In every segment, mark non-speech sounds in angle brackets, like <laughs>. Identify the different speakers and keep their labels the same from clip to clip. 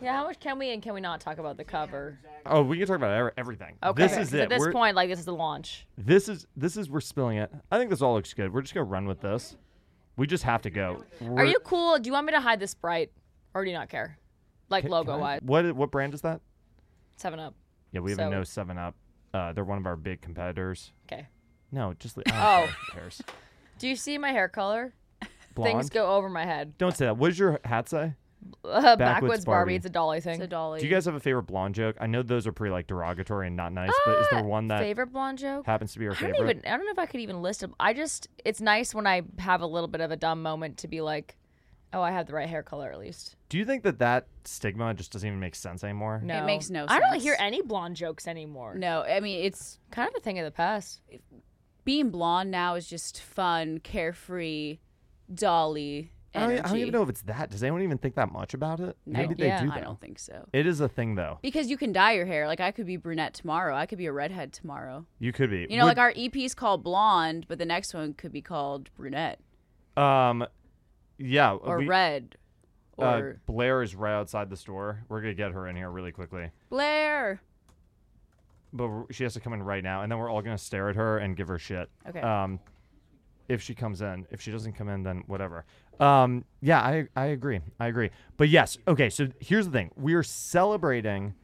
Speaker 1: Yeah, how much can we and can we not talk about the cover?
Speaker 2: Oh, we can talk about ev- everything.
Speaker 1: Okay.
Speaker 2: This is
Speaker 1: 'Cause
Speaker 2: it.
Speaker 1: At this
Speaker 2: We're-
Speaker 1: point, like this is the launch.
Speaker 2: This is this is we're spilling it. I think this all looks good. We're just gonna run with this. We just have to go.
Speaker 1: Are you cool? Do you want me to hide the sprite, or do you not care? Like logo wise,
Speaker 2: What i- what brand is that?
Speaker 1: Seven Up.
Speaker 2: Yeah, we have a
Speaker 1: So-
Speaker 2: no Seven Up. Uh, they're one of our big competitors.
Speaker 1: Okay.
Speaker 2: No, just li- I don't
Speaker 1: Oh.
Speaker 2: care. Who cares?
Speaker 1: Do you see my hair color? <laughs>
Speaker 2: Blonde.
Speaker 1: Things go over my head. <laughs>
Speaker 2: Don't say that. What does your hat say?
Speaker 1: Uh, backwards, Barbie.
Speaker 2: Barbie.
Speaker 1: It's a dolly thing.
Speaker 3: It's a dolly.
Speaker 2: Do you guys have a favorite blonde joke? I know those are pretty like derogatory and not nice, but is there one that
Speaker 1: favorite blonde joke?
Speaker 2: happens to be your
Speaker 1: Ah, I
Speaker 2: favorite?
Speaker 1: don't even. I don't know if I could even list them. I just. It's nice when I have a little bit of a dumb moment to be like, oh, I have the right hair color at least.
Speaker 2: Do you think that that stigma just doesn't even make sense anymore?
Speaker 1: No,
Speaker 3: makes no
Speaker 1: I don't
Speaker 3: sense.
Speaker 1: hear any blonde jokes anymore.
Speaker 3: No, I mean it's
Speaker 1: Kind of a thing of the past.
Speaker 3: being blonde now is just fun, carefree, dolly
Speaker 2: I don't,
Speaker 3: energy.
Speaker 2: I don't even know if it's that. Does anyone even think that much about it?
Speaker 3: No.
Speaker 2: Maybe they
Speaker 1: Yeah.
Speaker 2: do. Though.
Speaker 3: I don't think so.
Speaker 2: It is a thing though.
Speaker 3: Because you can dye your hair. Like I could be brunette tomorrow. I could be a redhead tomorrow.
Speaker 2: You could be.
Speaker 3: You know,
Speaker 2: Would-
Speaker 3: like our EP's called blonde, but the next one could be called brunette
Speaker 2: Um, yeah.
Speaker 3: or
Speaker 2: we-
Speaker 3: red or
Speaker 2: uh, Blair is right outside the store. We're gonna get her in here really quickly,
Speaker 3: Blair.
Speaker 2: but we're- she has to come in right now, and then we're all gonna stare at her and give her shit.
Speaker 3: Okay.
Speaker 2: Um, if she comes in, if she doesn't come in, then whatever. Um, yeah, I I agree. I agree. But yes, okay. So here's the thing: we are celebrating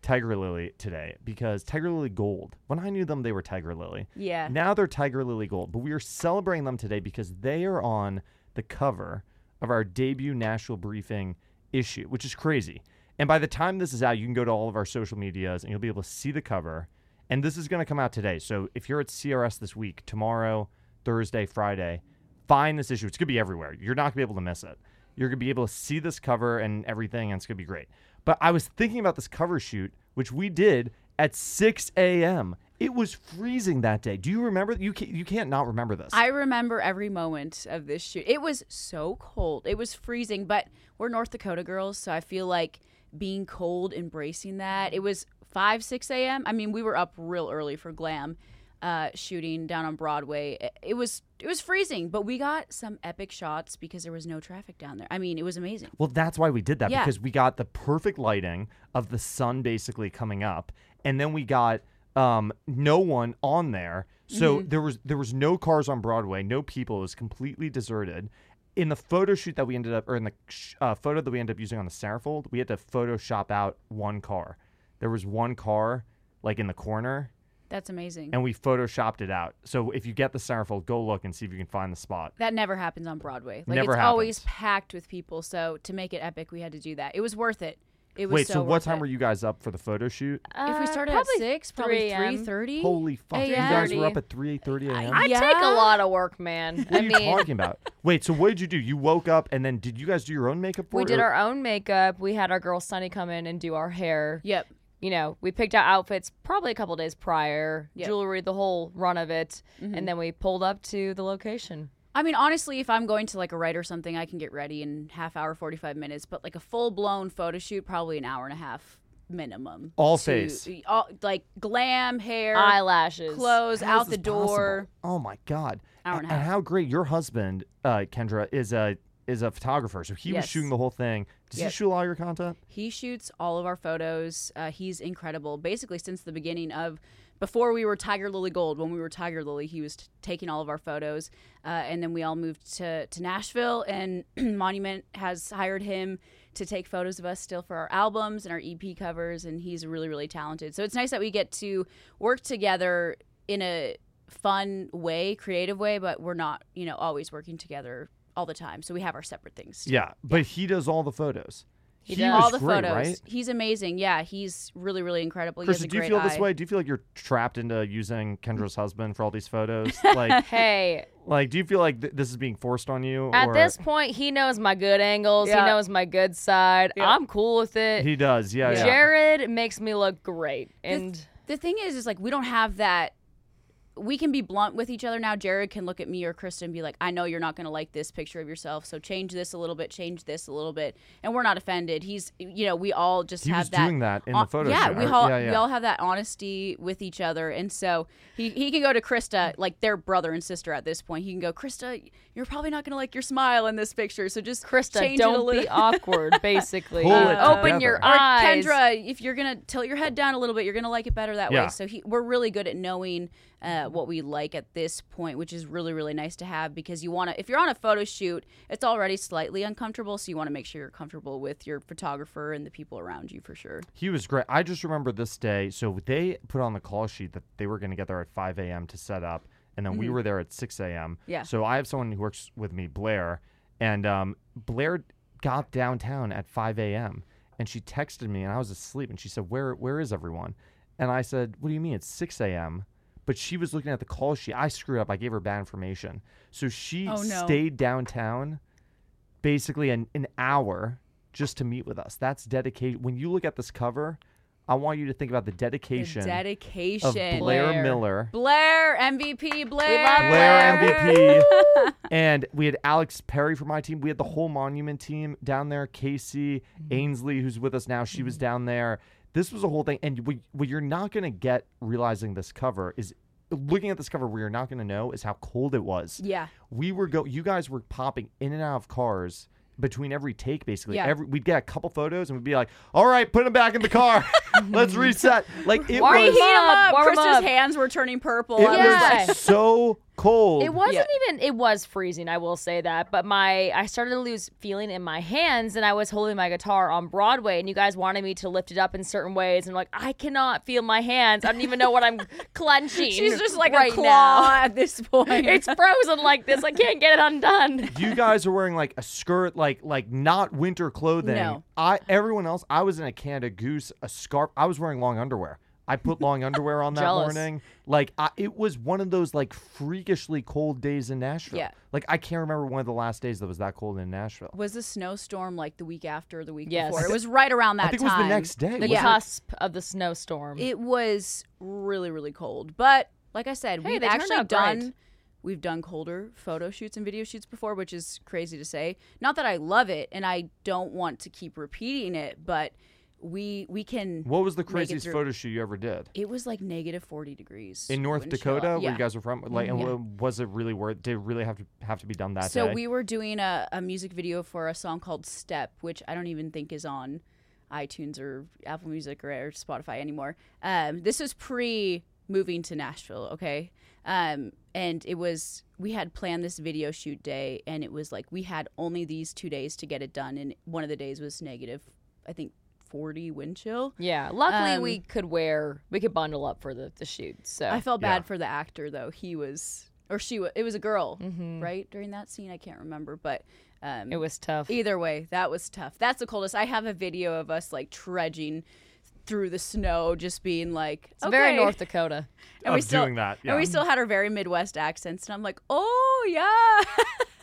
Speaker 2: Tiger Lily today because Tiger Lily Gold. When I knew them, they were Tiger Lily.
Speaker 3: Yeah.
Speaker 2: Now they're Tiger Lily Gold, but we are celebrating them today because they are on the cover of our debut national briefing issue, which is crazy. And by the time this is out, you can go to all of our social medias and you'll be able to see the cover. And this is going to come out today. So if you're at CRS this week, tomorrow, Thursday, Friday, find this issue. It's going to be everywhere. You're not going to be able to miss it. You're going to be able to see this cover and everything, and it's going to be great. But I was thinking about this cover shoot, which we did at 6 a.m. It was freezing that day. Do you remember? You can't, you can't not remember this.
Speaker 3: I remember every moment of this shoot. It was so cold. It was freezing, but we're North Dakota girls, so I feel like being cold, embracing that. It was 5, 6 a.m. I mean, we were up real early for glam uh, shooting down on Broadway. It- It was it was freezing, but we got some epic shots because there was no traffic down there. I mean, it was amazing.
Speaker 2: well, that's why we did that
Speaker 3: Yeah.
Speaker 2: because we got the perfect lighting of the sun basically coming up, and then we got um, no one on there. So
Speaker 3: Mm-hmm.
Speaker 2: there was there was no cars on Broadway, no people. It was completely deserted. In the photo shoot that we ended up, or in the sh- uh, photo that we ended up using on the Centerfold, we had to Photoshop out one car. There was one car like in the corner,
Speaker 3: That's amazing.
Speaker 2: and we photoshopped it out. So if you get the centerfold, go look and see if you can find the spot.
Speaker 3: That never happens on Broadway. Like
Speaker 2: Never
Speaker 3: it's always
Speaker 2: happens.
Speaker 3: packed with people, so to make it epic, we had to do that. It was worth it. It was
Speaker 2: Wait, so, what
Speaker 3: worth
Speaker 2: time
Speaker 3: it.
Speaker 2: were you guys up for the photo shoot?
Speaker 3: If we
Speaker 1: Uh,
Speaker 3: started at
Speaker 1: probably
Speaker 3: six, probably
Speaker 1: 3 a.m.
Speaker 3: three thirty.
Speaker 2: Holy fuck! You
Speaker 3: yeah.
Speaker 2: guys were
Speaker 1: 30.
Speaker 2: up at three thirty a.m.
Speaker 1: I
Speaker 2: What
Speaker 1: take
Speaker 3: Yeah.
Speaker 1: a lot of work,
Speaker 3: <laughs>
Speaker 1: man. I
Speaker 2: are you
Speaker 1: mean,
Speaker 2: talking about? Wait, so what did you do? You woke up and then did you guys do your own makeup? For
Speaker 1: we
Speaker 2: it,
Speaker 1: did
Speaker 2: or-
Speaker 1: our own makeup. We had our girl Sunny come in and do our hair.
Speaker 3: Yep.
Speaker 1: You know, we picked out outfits probably a couple days prior,
Speaker 3: Yep.
Speaker 1: jewelry, the whole run of it,
Speaker 3: Mm-hmm.
Speaker 1: and then we pulled up to the location.
Speaker 3: I mean, honestly, if I'm going to like a write or something, I can get ready in half hour, forty five minutes. But like a full blown photo shoot, probably an hour and a half minimum.
Speaker 2: All
Speaker 3: to-
Speaker 2: face.
Speaker 3: all like glam, hair,
Speaker 1: Eyelashes,
Speaker 3: clothes,
Speaker 2: How is
Speaker 3: out the
Speaker 2: this possible?
Speaker 3: door.
Speaker 2: Oh my god!
Speaker 3: Hour and a
Speaker 2: And
Speaker 3: half.
Speaker 2: how great your husband, uh, Kendra, is a is a photographer. So he was
Speaker 3: Yes.
Speaker 2: shooting the whole thing. Does
Speaker 3: Yep.
Speaker 2: he shoot all your content?
Speaker 3: He shoots all of our photos. Uh, he's incredible. Basically, since the beginning of before we were Tiger Lily Gold, when we were Tiger Lily, he was t- taking all of our photos. Uh, and then we all moved to, to Nashville, and <clears throat> Monument has hired him to take photos of us still for our albums and our EP covers. And he's really, really talented. So it's nice that we get to work together in a fun way, creative way, but we're not, you know, always working together all the time. So we have our separate things.
Speaker 2: Yeah, but he does all the photos.
Speaker 1: He
Speaker 2: he
Speaker 1: does.
Speaker 2: was
Speaker 3: all the
Speaker 2: great,
Speaker 3: photos.
Speaker 2: right?
Speaker 3: He's amazing. Yeah, he's really, really incredible. he has
Speaker 2: Krista,
Speaker 3: a
Speaker 2: do you
Speaker 3: great
Speaker 2: feel this
Speaker 3: eye.
Speaker 2: way? Do you feel like you're trapped into using
Speaker 3: <laughs>
Speaker 2: Kendra's husband for all these photos? Like,
Speaker 1: Hey,
Speaker 2: <laughs> like, do you feel like th- this is being forced on you?
Speaker 1: at
Speaker 2: or
Speaker 1: this point, he knows my good angles.
Speaker 3: Yeah.
Speaker 1: He knows my good side. I'm cool with it.
Speaker 2: he does. Yeah, yeah.
Speaker 1: Jared makes me look great, and
Speaker 3: The thing is, is like we don't have that we can be blunt with each other now. Jared can look at me or Krista and be like, I know you're not going to like this picture of yourself, so change this a little bit, change this a little bit. And we're not offended. He's, you know, we all just
Speaker 2: He
Speaker 3: have
Speaker 2: was
Speaker 3: that.
Speaker 2: doing that in
Speaker 3: hon-
Speaker 2: the photo
Speaker 3: Yeah,
Speaker 2: shoot.
Speaker 3: we
Speaker 2: I-
Speaker 3: all
Speaker 2: yeah, yeah.
Speaker 3: we all have that honesty with each other, and so he, he can go to Krista like their brother and sister at this point. He can go, Krista, you're probably not gonna like your smile in this picture, so just
Speaker 1: Krista,
Speaker 3: change it a
Speaker 1: don't
Speaker 3: little.
Speaker 1: be awkward.
Speaker 3: <laughs>
Speaker 1: Basically, Uh,
Speaker 2: Pull it
Speaker 1: open your
Speaker 2: together.
Speaker 3: Or
Speaker 1: eyes.
Speaker 3: Kendra, if you're gonna tilt your head down a little bit, you're gonna like it better that
Speaker 2: Yeah.
Speaker 3: way. So he, we're really good at knowing uh, what we like at this point, which is really really nice to have because you want to. If you're on a photo shoot, it's already slightly uncomfortable, so you want to make sure you're comfortable with your photographer and the people around you for sure.
Speaker 2: He was great. I just remember this day. So they put on the call sheet that they were going to get there at 5 a.m. to set up, and then we were there at 6 a.m.
Speaker 3: Mm-hmm. Yeah.
Speaker 2: So I have someone who works with me, Blair, and um, Blair got downtown at 5 a.m. and she texted me, and I was asleep, and she said, "Where where is everyone?" And I said, "What do you mean it's 6 a.m.?" But she was looking at the call sheet. I screwed up. I gave her bad information. So she
Speaker 3: Oh, no.
Speaker 2: stayed downtown basically an, an hour just to meet with us. That's dedication. When you look at this cover, I want you to think about the
Speaker 3: The
Speaker 2: dedication,
Speaker 3: dedication,
Speaker 2: of Blair,
Speaker 1: Blair.
Speaker 2: Miller,
Speaker 3: Blair MVP, Blair,
Speaker 2: Blair MVP, and we had Alex Perry from my team. We had the whole Monument team down there. Casey
Speaker 3: Mm-hmm.
Speaker 2: Ainsley, who's with us now, she was down there. This was a whole thing, and what, what you're not going to get realizing this cover is looking at this cover. What you're not going to know is how cold it was
Speaker 3: Yeah,
Speaker 2: we were go you guys were popping in and out of cars between every take basically
Speaker 3: Yeah.
Speaker 2: every we'd get a couple photos and we'd be like all right put them back in the car <laughs>
Speaker 1: <laughs>
Speaker 2: let's reset like it
Speaker 1: Why are you
Speaker 2: was
Speaker 3: heat
Speaker 1: Warm
Speaker 2: it
Speaker 3: him
Speaker 1: up,
Speaker 3: up.
Speaker 1: warm
Speaker 3: Krista's
Speaker 1: up.
Speaker 3: hands were turning purple. I
Speaker 2: was
Speaker 3: was
Speaker 1: Yeah.
Speaker 3: like,
Speaker 2: like, so cold
Speaker 1: It wasn't even. It was freezing. I will say that. But my, I started to lose feeling in my hands, and I was holding my guitar on Broadway, and you guys wanted me to lift it up in certain ways, and I'm like I cannot feel my hands. I don't even know what
Speaker 3: <laughs>
Speaker 1: I'm clenching.
Speaker 3: she's just like
Speaker 1: right
Speaker 3: a claw
Speaker 1: now.
Speaker 3: at this <laughs> point.
Speaker 1: It's frozen like this. I can't get it undone.
Speaker 2: you guys are wearing like a skirt like like not winter clothing
Speaker 3: No.
Speaker 2: i everyone else i was in a canada goose a scarf i was wearing long underwear i put long underwear
Speaker 1: <laughs>
Speaker 2: on that
Speaker 1: Jealous.
Speaker 2: morning like I, it was one of those like freakishly cold days in nashville
Speaker 3: Yeah.
Speaker 2: like i can't remember one of the last days that was that cold in nashville
Speaker 3: was the snowstorm like the week after or the week
Speaker 1: Yes.
Speaker 3: before. It was right around that
Speaker 2: I think it was
Speaker 3: time.
Speaker 2: the next day,
Speaker 1: The
Speaker 2: Yeah.
Speaker 1: cusp of the snowstorm.
Speaker 3: It was really really cold, but like I said,
Speaker 1: Hey,
Speaker 3: we've
Speaker 1: they turned
Speaker 3: actually
Speaker 1: out
Speaker 3: done
Speaker 1: great.
Speaker 3: we've done colder photo shoots and video shoots before, which is crazy to say. Not that I love it and I don't want to keep repeating it, but we we can
Speaker 2: What was the
Speaker 3: make it
Speaker 2: craziest
Speaker 3: through.
Speaker 2: photo shoot you ever did?
Speaker 3: It was like negative 40 degrees
Speaker 2: In North
Speaker 3: when she
Speaker 2: Dakota,
Speaker 3: left.
Speaker 2: where
Speaker 3: Yeah.
Speaker 2: you guys were from, like, and
Speaker 3: yeah.
Speaker 2: w- was it really worth? Did it really have to have to be done that
Speaker 3: So
Speaker 2: day?
Speaker 3: we were doing a, a music video for a song called Step, which I don't even think is on iTunes or Apple Music or, or Spotify anymore. Um, this was pre moving to Nashville, okay? Um, and it was, we had planned this video shoot day, and it was like we had only these two days to get it done. And one of the days was negative, I think, 40 wind chill.
Speaker 1: yeah. Luckily,
Speaker 3: Um,
Speaker 1: we could wear. We could bundle up for the, the shoot. So
Speaker 3: I felt
Speaker 2: Yeah.
Speaker 3: bad for the actor though. He was, or she was, it was a girl,
Speaker 2: Mm-hmm.
Speaker 3: right? During that scene, I can't remember, but. Um,
Speaker 1: it was tough.
Speaker 3: Either way, that was tough. That's the coldest. I have a video of us like trudging through the snow, just being like,
Speaker 1: It's very
Speaker 3: "Okay."
Speaker 1: North Dakota.
Speaker 3: And we
Speaker 2: Of
Speaker 3: still,
Speaker 2: doing that, yeah.
Speaker 3: And we still had our very Midwest accents, and I'm like, oh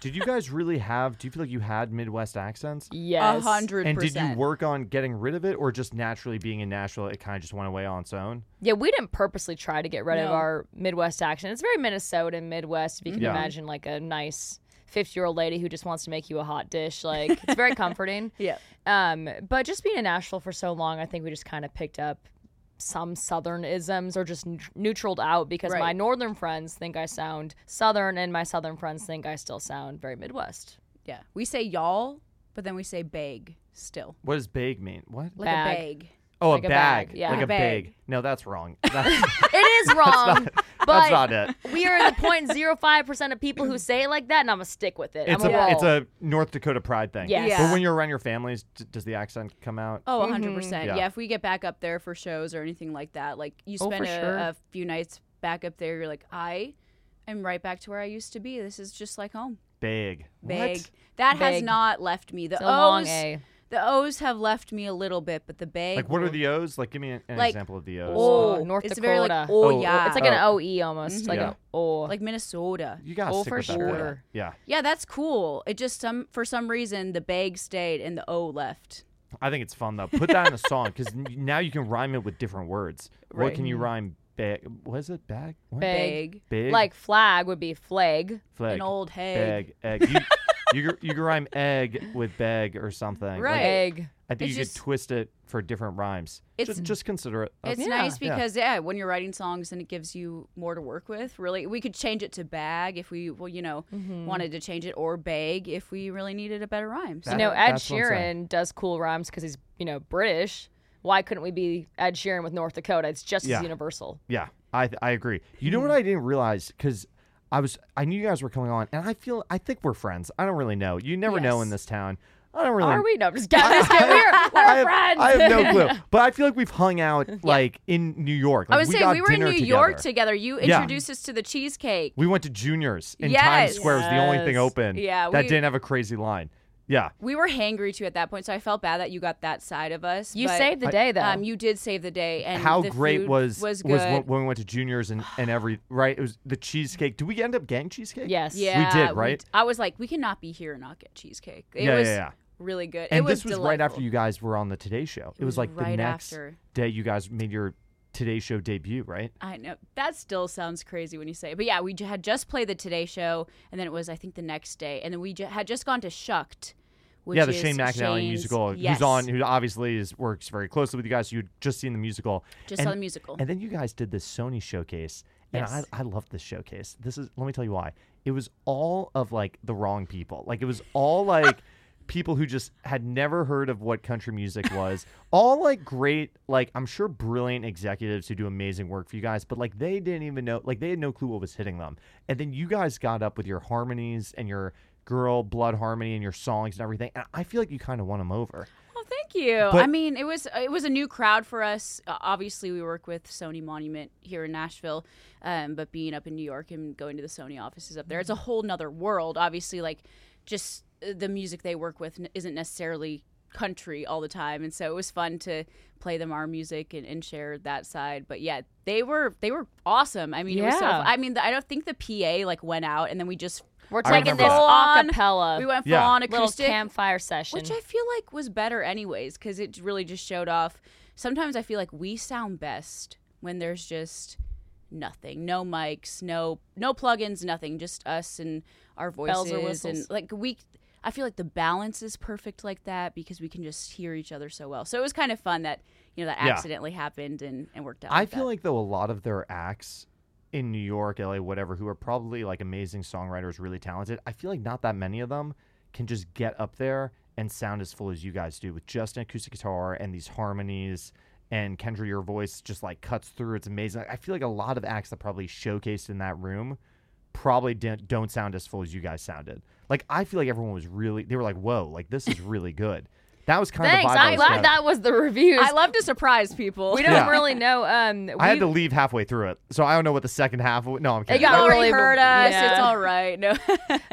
Speaker 2: did you guys really have? Do you feel like you had Midwest accents?
Speaker 3: yeah, a
Speaker 1: Yes.
Speaker 3: hundred
Speaker 2: And did
Speaker 3: percent.
Speaker 2: you work on getting rid of it, or just naturally being in Nashville, it kind of just went away on its own?
Speaker 1: Yeah, we didn't purposely try to get rid of
Speaker 3: No.
Speaker 1: our Midwest accent. It's very Minnesota and Midwest. If you can
Speaker 2: Yeah.
Speaker 1: imagine, like a nice fifty-year-old lady who just wants to make you a hot dish, like it's
Speaker 2: <laughs>
Speaker 1: very comforting.
Speaker 3: Yeah.
Speaker 1: Um, but just being in Nashville for so long, I think we just kind of picked up some Southern isms or just neut- neutraled out because
Speaker 3: Right.
Speaker 1: my Northern friends think I sound Southern, and my Southern friends think I still sound very
Speaker 2: <laughs>
Speaker 1: Midwest.
Speaker 3: Yeah, we say y'all, but then we say bag still,
Speaker 2: What does bag mean? What?
Speaker 3: like
Speaker 1: Bag.
Speaker 3: a bag.
Speaker 2: Oh,
Speaker 1: Like
Speaker 2: a
Speaker 1: a
Speaker 2: bag.
Speaker 1: bag, yeah.
Speaker 2: Like a
Speaker 3: A bag.
Speaker 2: bag. No, that's
Speaker 3: <laughs>
Speaker 2: wrong. <laughs> That's,
Speaker 1: It is wrong, but
Speaker 2: that's not it.
Speaker 1: we are the 0.05 percent of people who say it like that, and I'm gonna stick with it.
Speaker 2: It's
Speaker 1: I'm
Speaker 2: a
Speaker 1: a, roll.
Speaker 2: it's a North Dakota pride thing.
Speaker 1: Yes.
Speaker 2: But
Speaker 3: Yeah.
Speaker 2: when you're around your families, d- does the accent come out?
Speaker 3: Oh, 100
Speaker 1: Mm-hmm.
Speaker 3: percent.
Speaker 2: Yeah.
Speaker 3: Yeah. if we get back up there for shows or anything like that, like you
Speaker 1: Oh, for
Speaker 3: spend a,
Speaker 1: sure.
Speaker 3: a few nights back up there, you're like, I am right back to where I used to be. This is just like home.
Speaker 2: Bag.
Speaker 3: Bag.
Speaker 2: What?
Speaker 3: That has
Speaker 1: Big.
Speaker 3: not left me. The
Speaker 1: It's a
Speaker 3: O's,
Speaker 1: long A.
Speaker 3: the O's have left me a little bit, but the bag.
Speaker 2: Like, what are
Speaker 3: will-
Speaker 2: the O's? Like, give me an, an
Speaker 3: Like,
Speaker 2: example of the O's.
Speaker 1: Oh,
Speaker 3: Oh,
Speaker 1: North
Speaker 3: it's Very like,
Speaker 1: Dakota.
Speaker 3: oh,
Speaker 2: Oh,
Speaker 3: yeah.
Speaker 1: It's like an OE almost, like
Speaker 2: Yeah.
Speaker 1: an O.
Speaker 3: like Minnesota.
Speaker 2: You gotta
Speaker 1: Oh,
Speaker 2: stick
Speaker 1: for
Speaker 2: with that bag.
Speaker 1: sure.
Speaker 2: Yeah,
Speaker 3: Yeah, that's cool. It just some for some reason the bag stayed and the O left.
Speaker 2: I think it's fun though. Put that in a song because now you can rhyme it with different words. What
Speaker 3: Right. Mm-hmm.
Speaker 2: can you rhyme bag. Was it bag? What?
Speaker 1: Big.
Speaker 3: Big.
Speaker 2: Big.
Speaker 1: Like flag would be flag.
Speaker 2: flag.
Speaker 3: An old hag.
Speaker 2: Bag. Egg. You, you, could- you could rhyme egg with bag or something. Like,
Speaker 3: Right.
Speaker 1: Egg.
Speaker 2: I think
Speaker 3: It's
Speaker 2: you
Speaker 3: just-
Speaker 2: could twist it for different rhymes. Ju-
Speaker 3: It's-
Speaker 2: just, consider it.
Speaker 3: It's
Speaker 1: Yeah.
Speaker 3: nice
Speaker 2: Yeah.
Speaker 3: because yeah. when you're writing songs and it gives you more to work with. Really, we could change it to bag if we, well, you know,
Speaker 1: Mm-hmm.
Speaker 3: wanted to change it, or bag if we really needed a better rhyme. So
Speaker 1: You
Speaker 2: That-
Speaker 1: know, Ed
Speaker 2: that's what I'm saying.
Speaker 1: Sheeran does cool rhymes because he's, you know, British. Why couldn't we be Ed Sheeran with North Dakota? It's just
Speaker 2: Yeah.
Speaker 1: as universal.
Speaker 2: Yeah, I I agree. You know what I didn't realize because I was I knew you guys were coming on, and I feel I think we're friends. I don't really know. You never know in
Speaker 3: Yes.
Speaker 2: this town. I don't really.
Speaker 1: Are we? No, I'm just kidding. I'm just
Speaker 3: <laughs>
Speaker 1: kidding. We're, we're
Speaker 2: Um, I have,
Speaker 1: friends.
Speaker 2: I have no clue, but I feel like we've hung out like in New York.
Speaker 3: I
Speaker 2: Like,
Speaker 3: was
Speaker 2: we
Speaker 3: saying
Speaker 2: got
Speaker 3: we were in
Speaker 2: dinner
Speaker 3: New York
Speaker 2: together.
Speaker 3: together. You
Speaker 2: Yeah.
Speaker 3: introduced us to the cheesecake.
Speaker 2: we went to Juniors in Times
Speaker 3: Yes.
Speaker 2: Square. Was the only thing
Speaker 1: Yes.
Speaker 2: open.
Speaker 3: Yeah,
Speaker 2: that
Speaker 3: we-
Speaker 2: didn't have a crazy line. Yeah,
Speaker 3: We were hangry too at that point, so I felt bad that you got that side of
Speaker 1: <laughs>
Speaker 3: us.
Speaker 1: you
Speaker 3: but,
Speaker 1: saved the day, though.
Speaker 3: Um, you did save the day, and
Speaker 2: how
Speaker 3: the
Speaker 2: great
Speaker 3: food
Speaker 2: was
Speaker 3: was good.
Speaker 2: was wh- when we went to Juniors and and every right. It was the cheesecake. Did we end up getting cheesecake?
Speaker 1: yes.
Speaker 3: yeah,
Speaker 2: did, right?
Speaker 3: d- I was like, we cannot be here and not get cheesecake. It
Speaker 2: Yeah,
Speaker 3: was
Speaker 2: yeah, yeah.
Speaker 3: really good.
Speaker 2: And
Speaker 3: it was
Speaker 2: this was right after
Speaker 3: delightful.
Speaker 2: you guys were on the Today Show. It, was
Speaker 3: was
Speaker 2: like the
Speaker 3: right
Speaker 2: next
Speaker 3: after.
Speaker 2: day you guys made your Today Show debut, right?
Speaker 3: I know that still sounds crazy when you say it, but yeah, we j- had just played the Today Show, and then it was I think the next day, and then we j- had just gone to Shucked. Which
Speaker 2: yeah, the
Speaker 3: is
Speaker 2: Shane McNally
Speaker 3: Shane's-
Speaker 2: musical.
Speaker 3: Yes,
Speaker 2: Who's on? Who obviously is works very closely with you guys. You'd just seen the musical.
Speaker 3: Just saw the musical.
Speaker 2: And then you guys did this Sony showcase, and
Speaker 3: Yes.
Speaker 2: I I loved this showcase. This is let me tell you why. It was all of like the wrong people. Like it was
Speaker 3: <laughs>
Speaker 2: all like. People who just had never heard of what country music was, all like great, like I'm sure brilliant executives who do amazing work for you guys, but like they didn't even know, like they had no clue what was hitting them. And then you guys got up with your harmonies and your girl blood harmony and your songs and everything. And I feel like you kind of won them over.
Speaker 3: Well, Oh, thank you.
Speaker 2: But-
Speaker 3: I mean, it was it was a new crowd for us. Uh, obviously, we work with Sony Monument here in Nashville, um, but being up in New York and going to the Sony offices up there, it's a whole nother world. Obviously, like just uh, the music they work with n- isn't necessarily country all the time, and so it was fun to play them our music and, and share that side. But yeah, they were they were awesome. I mean, it was so.
Speaker 1: Yeah.
Speaker 3: Fun. I mean, the, I don't think the PA like went out, and then we just
Speaker 1: We're
Speaker 2: I
Speaker 1: taking
Speaker 2: remember
Speaker 1: this
Speaker 3: that.
Speaker 1: acapella.
Speaker 3: we went full
Speaker 2: Yeah.
Speaker 3: on
Speaker 1: little
Speaker 3: acoustic.
Speaker 1: campfire session.
Speaker 3: Which I feel like was better, anyways, because it really just showed off. Sometimes I feel like we sound best when there's just nothing, no mics, no no plugins, nothing, just us and our
Speaker 1: Bells
Speaker 3: voices,
Speaker 1: or
Speaker 3: and
Speaker 1: whistles.
Speaker 3: like we. I feel like the balance is perfect like that because we can just hear each other so well. So it was kind of fun that you know that
Speaker 2: Yeah.
Speaker 3: accidentally happened and and worked out.
Speaker 2: I
Speaker 3: like
Speaker 2: feel
Speaker 3: that.
Speaker 2: like though a lot of their acts in New York, LA, whatever, who are probably like amazing songwriters, really talented. I feel like not that many of them can just get up there and sound as full as you guys do with just an acoustic guitar and these harmonies. And Kendra, your voice just like cuts through. It's amazing. I feel like a lot of acts that probably showcased in that room probably didn't, don't sound as full as you guys sounded. Like I feel like everyone was really they were like, "Whoa, like this is really good." That was kind
Speaker 1: Thanks.
Speaker 2: of the vibe I
Speaker 1: I'm
Speaker 2: was
Speaker 1: glad
Speaker 2: getting.
Speaker 1: that was the reviews.
Speaker 3: I love to surprise people.
Speaker 1: we don't
Speaker 2: Yeah.
Speaker 1: really know. Um,
Speaker 2: I had
Speaker 1: we-
Speaker 2: to leave halfway through it, so I don't know what the second half. w- No, I'm
Speaker 1: It
Speaker 2: kidding.
Speaker 1: got
Speaker 3: Don't
Speaker 1: really
Speaker 3: hurt us. It's
Speaker 1: yeah.
Speaker 3: all right. No.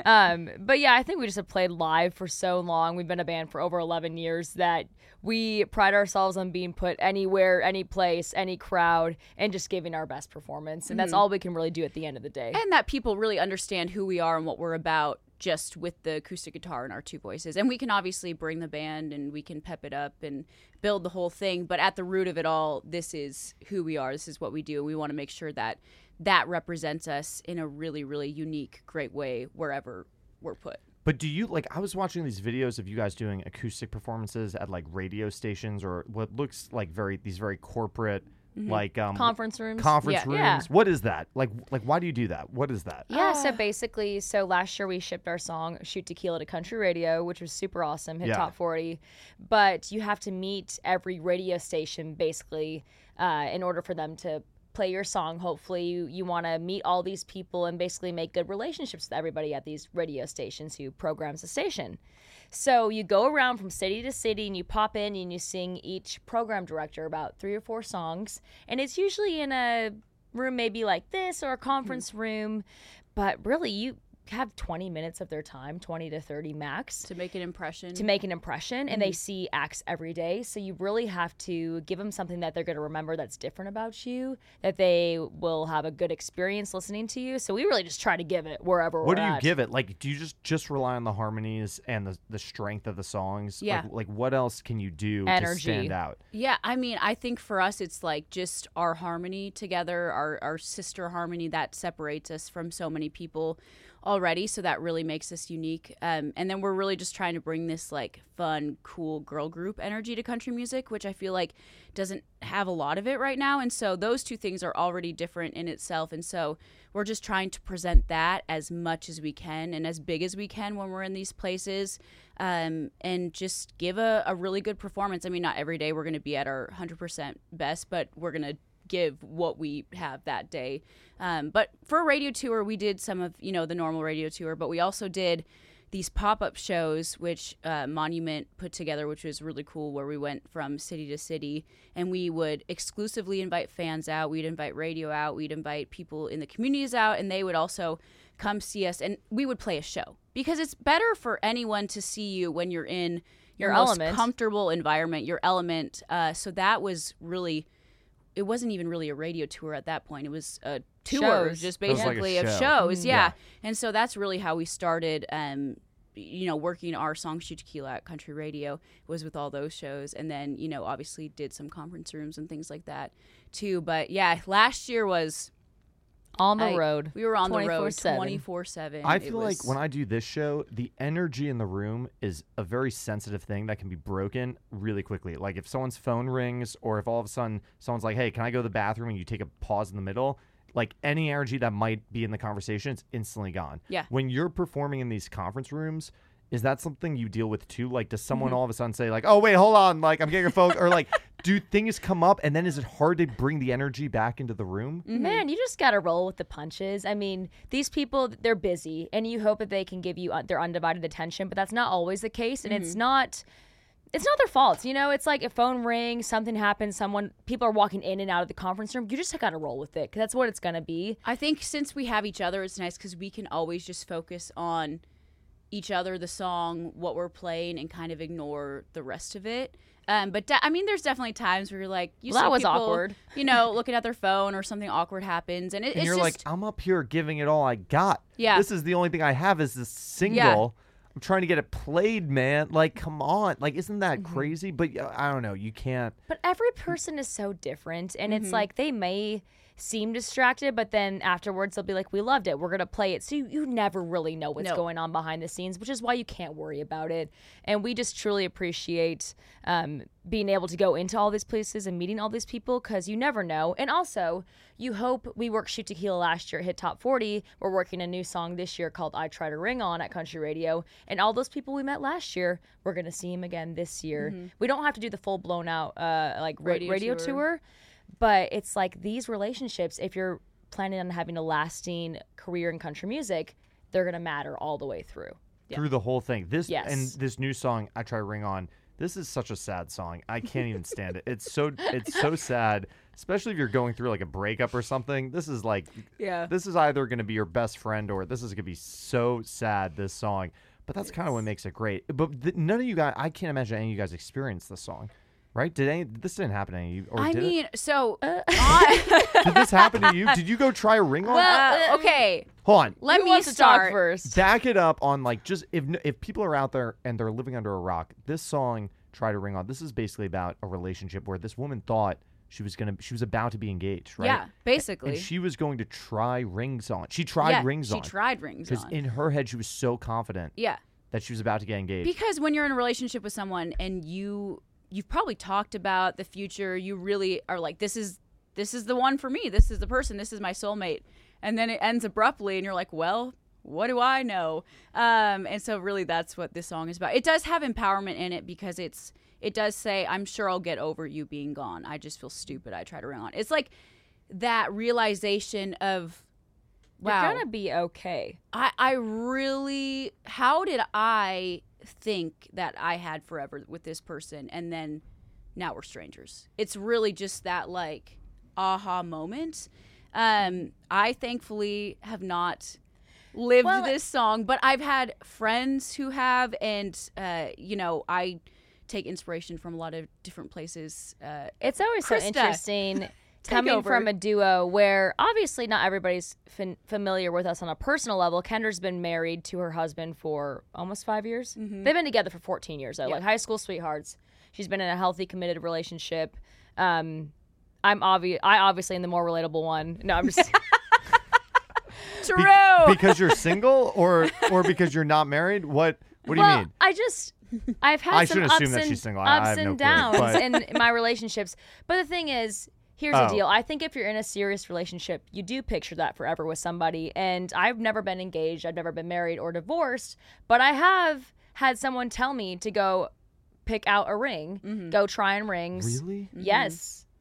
Speaker 1: um, but yeah, I think we just have played live for so long. We've been a band for over 11 years that we pride ourselves on being put anywhere, any place, any crowd, and just giving our best performance. And
Speaker 2: Mm-hmm.
Speaker 1: that's all we can really do at the end of the day.
Speaker 3: and that people really understand who we are and what we're about just with the acoustic guitar and our two voices and we can obviously bring the band and we can pep it up and build the whole thing but at the root of it all this is who we are this is what we do and we want to make sure that that represents us in a really really unique great way wherever we're put
Speaker 2: But do you like? I was watching these videos of you guys doing acoustic performances at like radio stations or what looks like very these very corporate like um,
Speaker 1: Mm-hmm. Conference rooms.
Speaker 2: conference
Speaker 3: Yeah.
Speaker 2: rooms.
Speaker 1: Yeah.
Speaker 2: What is that? Like like why do you do that? What is that?
Speaker 1: Yeah, so basically, so last year we shipped our song Shoot Tequila to Country Radio, which was super awesome, hit
Speaker 2: Yeah.
Speaker 1: top 40. But you have to meet every radio station basically uh, in order for them to play your song. Hopefully, you, you want to meet all these people and basically make good relationships with everybody at these radio stations who programs the station. So you go around from city to city and you pop in and you sing each program director about three or four songs. And it's
Speaker 2: Hmm.
Speaker 1: usually in a room maybe like this or a conference room, but really you have 20 minutes of their time, 20 to 30 max,
Speaker 3: to make an impression.
Speaker 1: to make an impression and
Speaker 2: Hmm.
Speaker 1: they see acts every day so you really have to give them something that they're going to remember that's different about you that they will have a good experience listening to you so we really just try to give it wherever
Speaker 2: What
Speaker 1: we're
Speaker 2: do you
Speaker 1: at.
Speaker 2: give it? Like, do you just just rely on the harmonies and the, the strength of the songs?
Speaker 3: Yeah.
Speaker 2: Like, like, what else can you do to
Speaker 1: Energy.
Speaker 2: stand out?
Speaker 3: yeah, I mean, I think for us, it's like just our harmony together, our, our sister harmony that separates us from so many people already. So that really makes us unique. Um, and then we're really just trying to bring this like fun, cool girl group energy to country music, which I feel like doesn't have a lot of it right now. And so those two things are already different in itself. And so we're just trying to present that as much as we can and as big as we can when we're in these places um, and just give a, a really good performance. I mean, not every day we're going to be at our 100% best, but we're going to give what we have that day. Um, but for a radio tour, we did some of, you know, the normal radio tour, but we also did these pop-up shows which uh, monument put together which was really cool where we went from city to city and we would exclusively invite fans out we'd invite radio out we'd invite people in the communities out and they would also come see us and we would play a show because it's better for anyone to see you when you're in your,
Speaker 1: Your
Speaker 3: most
Speaker 1: element.
Speaker 3: comfortable environment your element uh, so that was really it wasn't even really a radio tour at that point. It was a tour,
Speaker 1: Shows.
Speaker 3: just
Speaker 2: It was like a
Speaker 3: basically of
Speaker 2: show.
Speaker 3: shows.
Speaker 2: Mm.
Speaker 3: Yeah.
Speaker 2: Yeah.
Speaker 3: And so that's really how we started, um, you know, working our song Shoot Tequila at Country Radio was with all those shows. And then, you know, obviously did some conference rooms and things like that too. But yeah, last year was
Speaker 1: on the
Speaker 3: I-
Speaker 1: road
Speaker 3: we were on the road
Speaker 1: 24/7.
Speaker 3: 24 7.
Speaker 2: I feel like when I do this show, the energy in the room is a very sensitive thing that can be broken really quickly. Like if someone's phone rings or if all of a sudden someone's like, "Hey, can I go to the bathroom?" and you take a pause in the middle, like any energy that might be in the conversation is instantly gone.
Speaker 3: Yeah.
Speaker 2: When you're performing in these conference rooms, is that something you deal with too? Like does someone all of a sudden say like, "Oh, wait, hold on, like I'm getting a phone," or like <laughs> do things come up and then is it hard to bring the energy back into the room?
Speaker 1: Man, you just got to roll with the punches. I mean, these people, they're busy, and you hope that they can give you uh, their undivided attention, but that's not always the case. And it's not. It's not their fault, you know. It's like a phone rings, something happens, someone, people are walking in and out of the conference room. You just gotta roll with it, 'cause that's what it's gonna be.
Speaker 3: I think since we have each other, it's nice because we can always just focus on each other, the song, what we're playing, and kind of ignore the rest of it. Um, but de- I mean, there's definitely times where you're like, you
Speaker 1: Well, that
Speaker 3: see
Speaker 1: was
Speaker 3: people,
Speaker 1: awkward.
Speaker 3: you know, <laughs> looking at their phone or something awkward happens, and, it,
Speaker 2: and
Speaker 3: it's
Speaker 2: you're
Speaker 3: just,
Speaker 2: like, I'm up here giving it all I got.
Speaker 3: Yeah.
Speaker 2: This is the only thing I have is this single. I'm trying to get it played, man. Like, come on. Like, isn't that
Speaker 3: Mm-hmm.
Speaker 2: crazy? But uh, I don't know. You can't.
Speaker 1: But every person is so different, and it's like they may seem distracted, but then afterwards they'll be like, "We loved it. We're gonna play it." So you, you never really know what's
Speaker 3: No.
Speaker 1: going on behind the scenes, which is why you can't worry about it. And we just truly appreciate um, being able to go into all these places and meeting all these people because you never know. And also, you hope we worked Shoot Tequila last year, it hit top forty. We're working a new song this year called "I Try to Ring On" at Country Radio, and all those people we met last year, we're gonna see them again this year. We don't have to do the full blown out uh, like ra-
Speaker 3: Mm-hmm. Radio
Speaker 1: radio,
Speaker 3: tour.
Speaker 1: tour tour, but it's like these relationships if you're planning on having a lasting career in country music they're going to matter all the way through
Speaker 2: Through the whole thing. This and
Speaker 1: Yes.
Speaker 2: this new song, I try to ring on. This is such a sad song. I can't even stand it. It's so it's
Speaker 3: <laughs>
Speaker 2: so sad, especially if you're going through like a breakup or something. This is like
Speaker 3: yeah,
Speaker 2: this is either going to be your best friend or this is going to be so sad this song but that's kind of what makes it great but th- none of you guys i can't imagine any of you guys experienced this song right did any this didn't happen to any of you or
Speaker 3: I
Speaker 2: did
Speaker 3: mean, so
Speaker 1: Uh,
Speaker 3: <laughs>
Speaker 1: <laughs>
Speaker 2: it? did this happen to you did you go try a ring on
Speaker 3: well, uh, okay,
Speaker 2: hold on
Speaker 3: let
Speaker 1: uh, Who
Speaker 3: me
Speaker 1: wants to talk
Speaker 3: start
Speaker 1: first
Speaker 2: back it up on like just if n- if people are out there and they're living under a rock this song try to ring on this is basically about a relationship where this woman thought she was gonna she was about to be engaged right
Speaker 3: Yeah, basically,
Speaker 2: and she was going to try rings on she tried
Speaker 3: yeah,
Speaker 2: rings
Speaker 3: she
Speaker 2: on
Speaker 3: tried rings
Speaker 2: Because
Speaker 3: on,
Speaker 2: in her head, she was so confident
Speaker 3: yeah.
Speaker 2: that she was about to get engaged.
Speaker 3: Because when you're in a relationship with someone and you you've probably talked about the future, you really are like, this is this is the one for me. This is the person. This is my soulmate. And then it ends abruptly, and you're like, well, what do I know? Um, and so really, that's what this song is about. It does have empowerment in it because it's it does say, I'm sure I'll get over you being gone. I just feel stupid. I try to ring on. It's like that realization of wow,
Speaker 1: you're going to be okay
Speaker 3: I, I really how did I think that I had forever with this person and then now we're strangers. It's really just that like aha moment. Um I thankfully have not lived
Speaker 1: Well,
Speaker 3: this song, but I've had friends who have, and uh, you know, I take inspiration from a lot of different places. Uh,
Speaker 1: It's always
Speaker 3: Krista,
Speaker 1: so <laughs> interesting
Speaker 3: take
Speaker 1: coming
Speaker 3: over.
Speaker 1: from a duo where obviously not everybody's fin- familiar with us on a personal level. Kendra's been married to her husband for almost five years. They've been together for 14 years, though, like high school sweethearts. She's been in a healthy, committed relationship. Um, I'm obvious. I obviously am the more relatable one. No, I'm just.
Speaker 3: True.
Speaker 2: Be-
Speaker 1: <laughs>
Speaker 2: because you're single or or because you're not married? What what do
Speaker 1: well,
Speaker 2: you mean?
Speaker 1: I just I've had
Speaker 2: I
Speaker 1: some
Speaker 2: shouldn't
Speaker 1: ups
Speaker 2: assume that
Speaker 1: and,
Speaker 2: she's single. I- I
Speaker 1: ups
Speaker 2: have no
Speaker 1: and
Speaker 2: clue,
Speaker 1: downs
Speaker 2: but-
Speaker 1: in my relationships. But the thing is, here's
Speaker 2: Oh.
Speaker 1: the deal. I think if you're in a serious relationship, you do picture that forever with somebody. And I've never been engaged, I've never been married or divorced, but I have had someone tell me to go pick out a ring, go try on rings.
Speaker 2: Really?
Speaker 1: Yes. <laughs>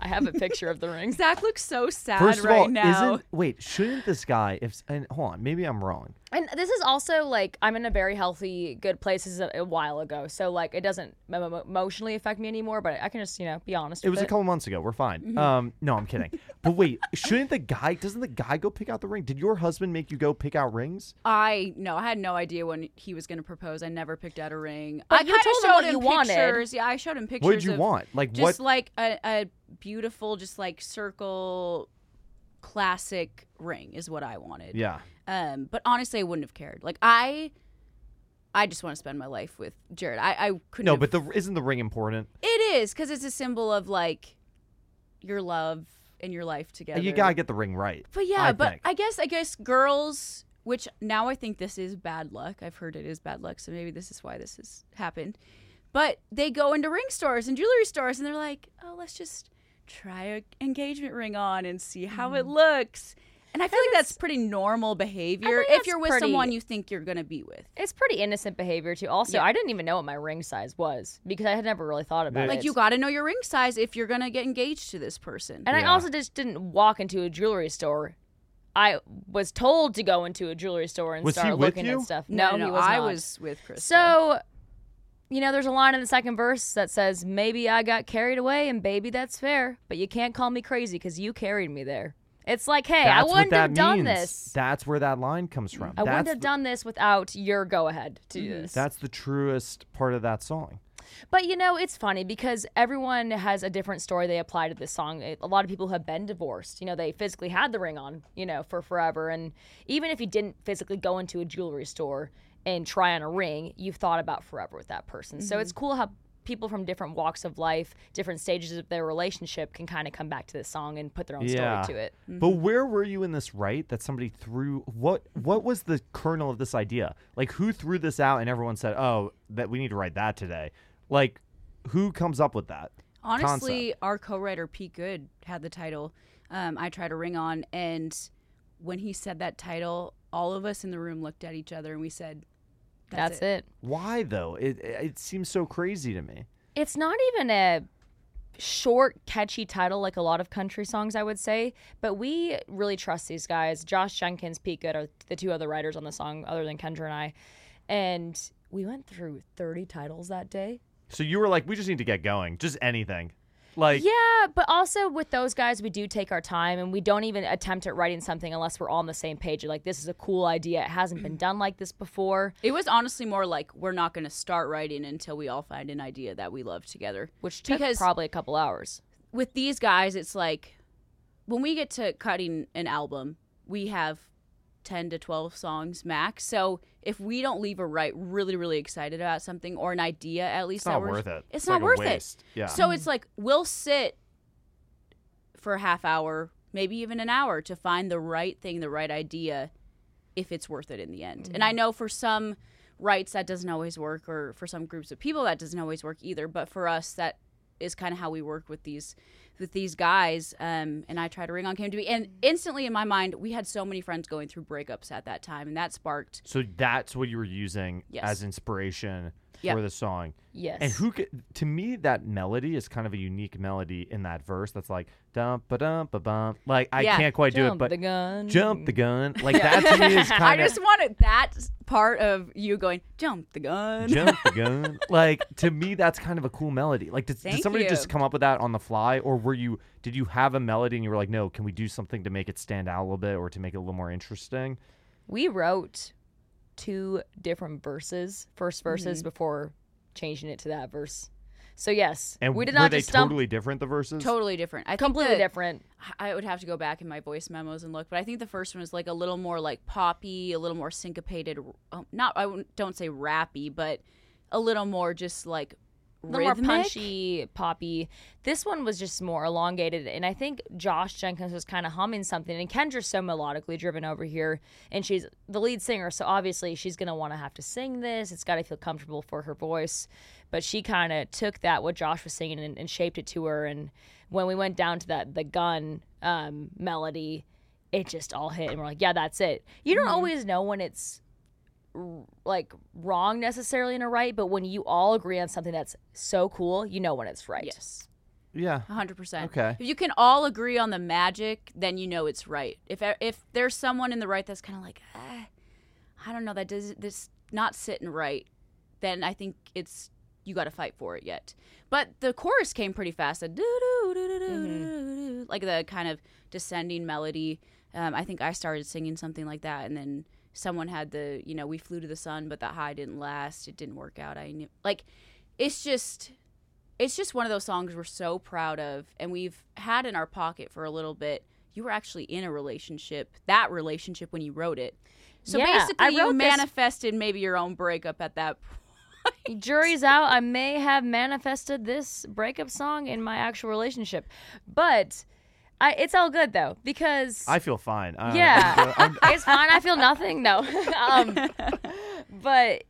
Speaker 1: I have a picture of the rings.
Speaker 3: Zach looks so sad
Speaker 2: First of
Speaker 3: right
Speaker 2: all,
Speaker 3: now.
Speaker 2: isn't wait, shouldn't this guy if and hold on, maybe I'm wrong.
Speaker 1: And this is also like I'm in a very healthy, good place. This is a, a while ago, so like it doesn't emo- emotionally affect me anymore. But I can just you know be honest.
Speaker 2: It
Speaker 1: with
Speaker 2: was a couple months ago. We're fine.
Speaker 1: Mm-hmm.
Speaker 2: Um, no, I'm kidding. But wait, shouldn't the guy? Doesn't the guy go pick out the ring? Did your husband make you go pick out rings?
Speaker 3: I no, I had no idea when he was going to propose. I never picked out a ring.
Speaker 1: But
Speaker 3: I
Speaker 1: you
Speaker 3: kinda
Speaker 1: told him
Speaker 3: showed
Speaker 1: what you wanted.
Speaker 3: pictures. Yeah, I showed him pictures.
Speaker 2: What did you
Speaker 3: of
Speaker 2: want? Like
Speaker 3: Just
Speaker 2: what?
Speaker 3: like a, a beautiful, just like circle, classic ring is what I wanted.
Speaker 2: yeah.
Speaker 3: Um, but honestly, I wouldn't have cared. Like I, I just want to spend my life with Jared. I, I couldn't.
Speaker 2: No,
Speaker 3: have-
Speaker 2: but the isn't the ring important?
Speaker 3: it is because it's a symbol of like your love and your life together.
Speaker 2: You gotta get the ring right.
Speaker 3: But yeah,
Speaker 2: I
Speaker 3: but
Speaker 2: think.
Speaker 3: I guess I guess girls, which now I think this is bad luck. I've heard it is bad luck, so maybe this is why this has happened. But they go into ring stores and jewelry stores, and they're like, "Oh, let's just try an engagement ring on and see how
Speaker 1: Mm.
Speaker 3: it looks." And I feel like that's pretty normal behavior if
Speaker 1: that's
Speaker 3: you're with
Speaker 1: pretty-
Speaker 3: someone you think you're gonna be with.
Speaker 1: It's pretty innocent behavior too. Also, I didn't even know what my ring size was because I had never really thought about it.
Speaker 3: Like you got to know your ring size if you're gonna get engaged to this person.
Speaker 1: and
Speaker 2: Yeah.
Speaker 1: I also just didn't walk into a jewelry store. I was told to go into a jewelry store and
Speaker 2: Was he
Speaker 1: start
Speaker 2: with
Speaker 1: looking
Speaker 2: you?
Speaker 1: at stuff.
Speaker 3: no, no,
Speaker 1: he was
Speaker 3: I
Speaker 1: not.
Speaker 3: was with Chris.
Speaker 1: So, you know, there's a line in the second verse that says, "Maybe I got carried away, and baby, that's fair, but you can't call me crazy because you carried me there." It's like, hey, I
Speaker 2: That's what
Speaker 1: wouldn't
Speaker 2: that
Speaker 1: have done
Speaker 2: means.
Speaker 1: this.
Speaker 2: That's where that line comes from.
Speaker 1: I wouldn't
Speaker 2: that's
Speaker 1: have
Speaker 2: the- Mm-hmm.
Speaker 1: done this without your go ahead to do this.
Speaker 2: That's the truest part of that song.
Speaker 1: But you know, it's funny because everyone has a different story they apply to this song. A lot of people have been divorced. You know, they physically had the ring on, you know, for forever. And even if you didn't physically go into a jewelry store and try on a ring, you've thought about forever with that person. So it's cool how people from different walks of life, different stages of their relationship can kind of come back to this song and put their own
Speaker 2: Yeah.
Speaker 1: story to it.
Speaker 2: But
Speaker 3: Mm-hmm.
Speaker 2: where were you in this right that somebody threw what what was the kernel of this idea? Like who threw this out and everyone said, "Oh, that we need to write that today." Like who comes up with that?
Speaker 3: Honestly,
Speaker 2: concept.
Speaker 3: our co-writer Pete Good had the title. Um, I tried to ring on, and when he said that title, all of us in the room looked at each other and we said,
Speaker 1: That's, it.
Speaker 2: Why though? It it seems so crazy to me.
Speaker 1: it's not even a short catchy title like a lot of country songs i would say but we really trust these guys josh jenkins pete good are the two other writers on the song other than kendra and i and we went through 30 titles that day
Speaker 2: So you were like, "We just need to get going. Just anything." Like
Speaker 1: yeah but also with those guys we do take our time and we don't even attempt at writing something unless we're all on the same page like this is a cool idea it hasn't
Speaker 2: <clears throat>
Speaker 1: been done like this before
Speaker 3: It was honestly more like we're not going to start writing until we all find an idea that we love together.
Speaker 1: which took
Speaker 3: Because-
Speaker 1: probably a couple hours
Speaker 3: With these guys, it's like when we get to cutting an album, we have 10 to 12 songs max. So if we don't leave a right really, really excited about something or an idea, at least
Speaker 2: it's
Speaker 3: that
Speaker 2: not
Speaker 3: we're-
Speaker 2: worth it.
Speaker 3: It's, not
Speaker 2: like a
Speaker 3: worth it.
Speaker 2: waste. Yeah.
Speaker 3: So it's like we'll sit for a half hour, maybe even an hour to find the right thing, the right idea if it's worth it in the end.
Speaker 2: Mm-hmm.
Speaker 3: And I know for some rights that doesn't always work or for some groups of people that doesn't always work either, but for us that is kind of how we work with these with these guys um, and I try to ring on came to be and instantly in my mind we had so many friends going through breakups at that time and that sparked
Speaker 2: so that's what you were using
Speaker 3: Yes.
Speaker 2: as inspiration
Speaker 3: Yeah.
Speaker 2: for the song.
Speaker 1: yes
Speaker 2: And who could, to me that melody is kind of a unique melody in that verse. That's like dum ba dum ba bum. Like I
Speaker 3: Yeah.
Speaker 2: can't quite do it,
Speaker 1: jump
Speaker 2: but
Speaker 1: the gun
Speaker 2: jump the
Speaker 1: <laughs>
Speaker 2: gun. Like that to me is
Speaker 3: I
Speaker 2: kind of
Speaker 3: just wanted that part of you going jump the gun.
Speaker 2: jump the gun. Like to me that's kind of a cool melody. Like did, did
Speaker 3: Thank
Speaker 2: somebody
Speaker 3: you.
Speaker 2: just come up with that on the fly, or were you? Did you have a melody and you were like, no, can we do something to make it stand out a little bit or to make it a little more interesting?
Speaker 1: we wrote two different verses, first verses before changing it to that verse. So yes,
Speaker 2: And
Speaker 1: we did
Speaker 2: were
Speaker 1: not
Speaker 2: they
Speaker 1: just stump
Speaker 2: totally different, the verses?
Speaker 3: Totally different. I think
Speaker 1: completely
Speaker 3: the-
Speaker 1: different.
Speaker 3: I would have to go back in my voice memos and look, but I think the first one was like a little more like poppy, a little more syncopated. um, Not I wouldn't- don't say rappy, but a little more just like
Speaker 1: A little more
Speaker 3: rhythmic.
Speaker 1: punchy, poppy. This one was just more elongated, and I think Josh Jenkins was kind of humming something, and Kendra's so melodically driven over here, and she's the lead singer, so obviously she's gonna want to have to sing this. It's got to feel comfortable for her voice, but she kind of took that what Josh was singing and, and shaped it to her. And when we went down to that the gun um, melody, it just all hit, and we're like, yeah, that's it. You don't always know when it's like wrong necessarily in a right, but when you all agree on something that's so cool, you know when it's right.
Speaker 3: Yes,
Speaker 2: Yeah.
Speaker 3: hundred percent.
Speaker 2: Okay.
Speaker 3: If you can all agree on the magic, then you know it's right. If e, if there's someone in the right that's kind of like, eh, I don't know, that does this not sitting right, then I think it's you got to fight for it yet. But the chorus came pretty fast. The doo-doo, doo-doo, doo-doo, doo-doo, like the kind of descending melody. Um, I think I started singing something like that, and then someone had the you know we flew to the sun, but that high didn't last. It didn't work out. I knew like it's just it's just one of those songs we're so proud of and we've had in our pocket for a little bit. You were actually in a relationship, that relationship when you wrote it. So
Speaker 1: Yeah,
Speaker 3: basically,
Speaker 1: I
Speaker 3: you
Speaker 1: wrote this-
Speaker 3: manifested maybe your own breakup at that point.
Speaker 1: Jury's out. I may have manifested this breakup song in my actual relationship, but I, it's all good though because
Speaker 2: I feel fine. I,
Speaker 1: Yeah.
Speaker 2: I'm-
Speaker 1: <laughs> it's fine. I feel nothing. No, <laughs> um, but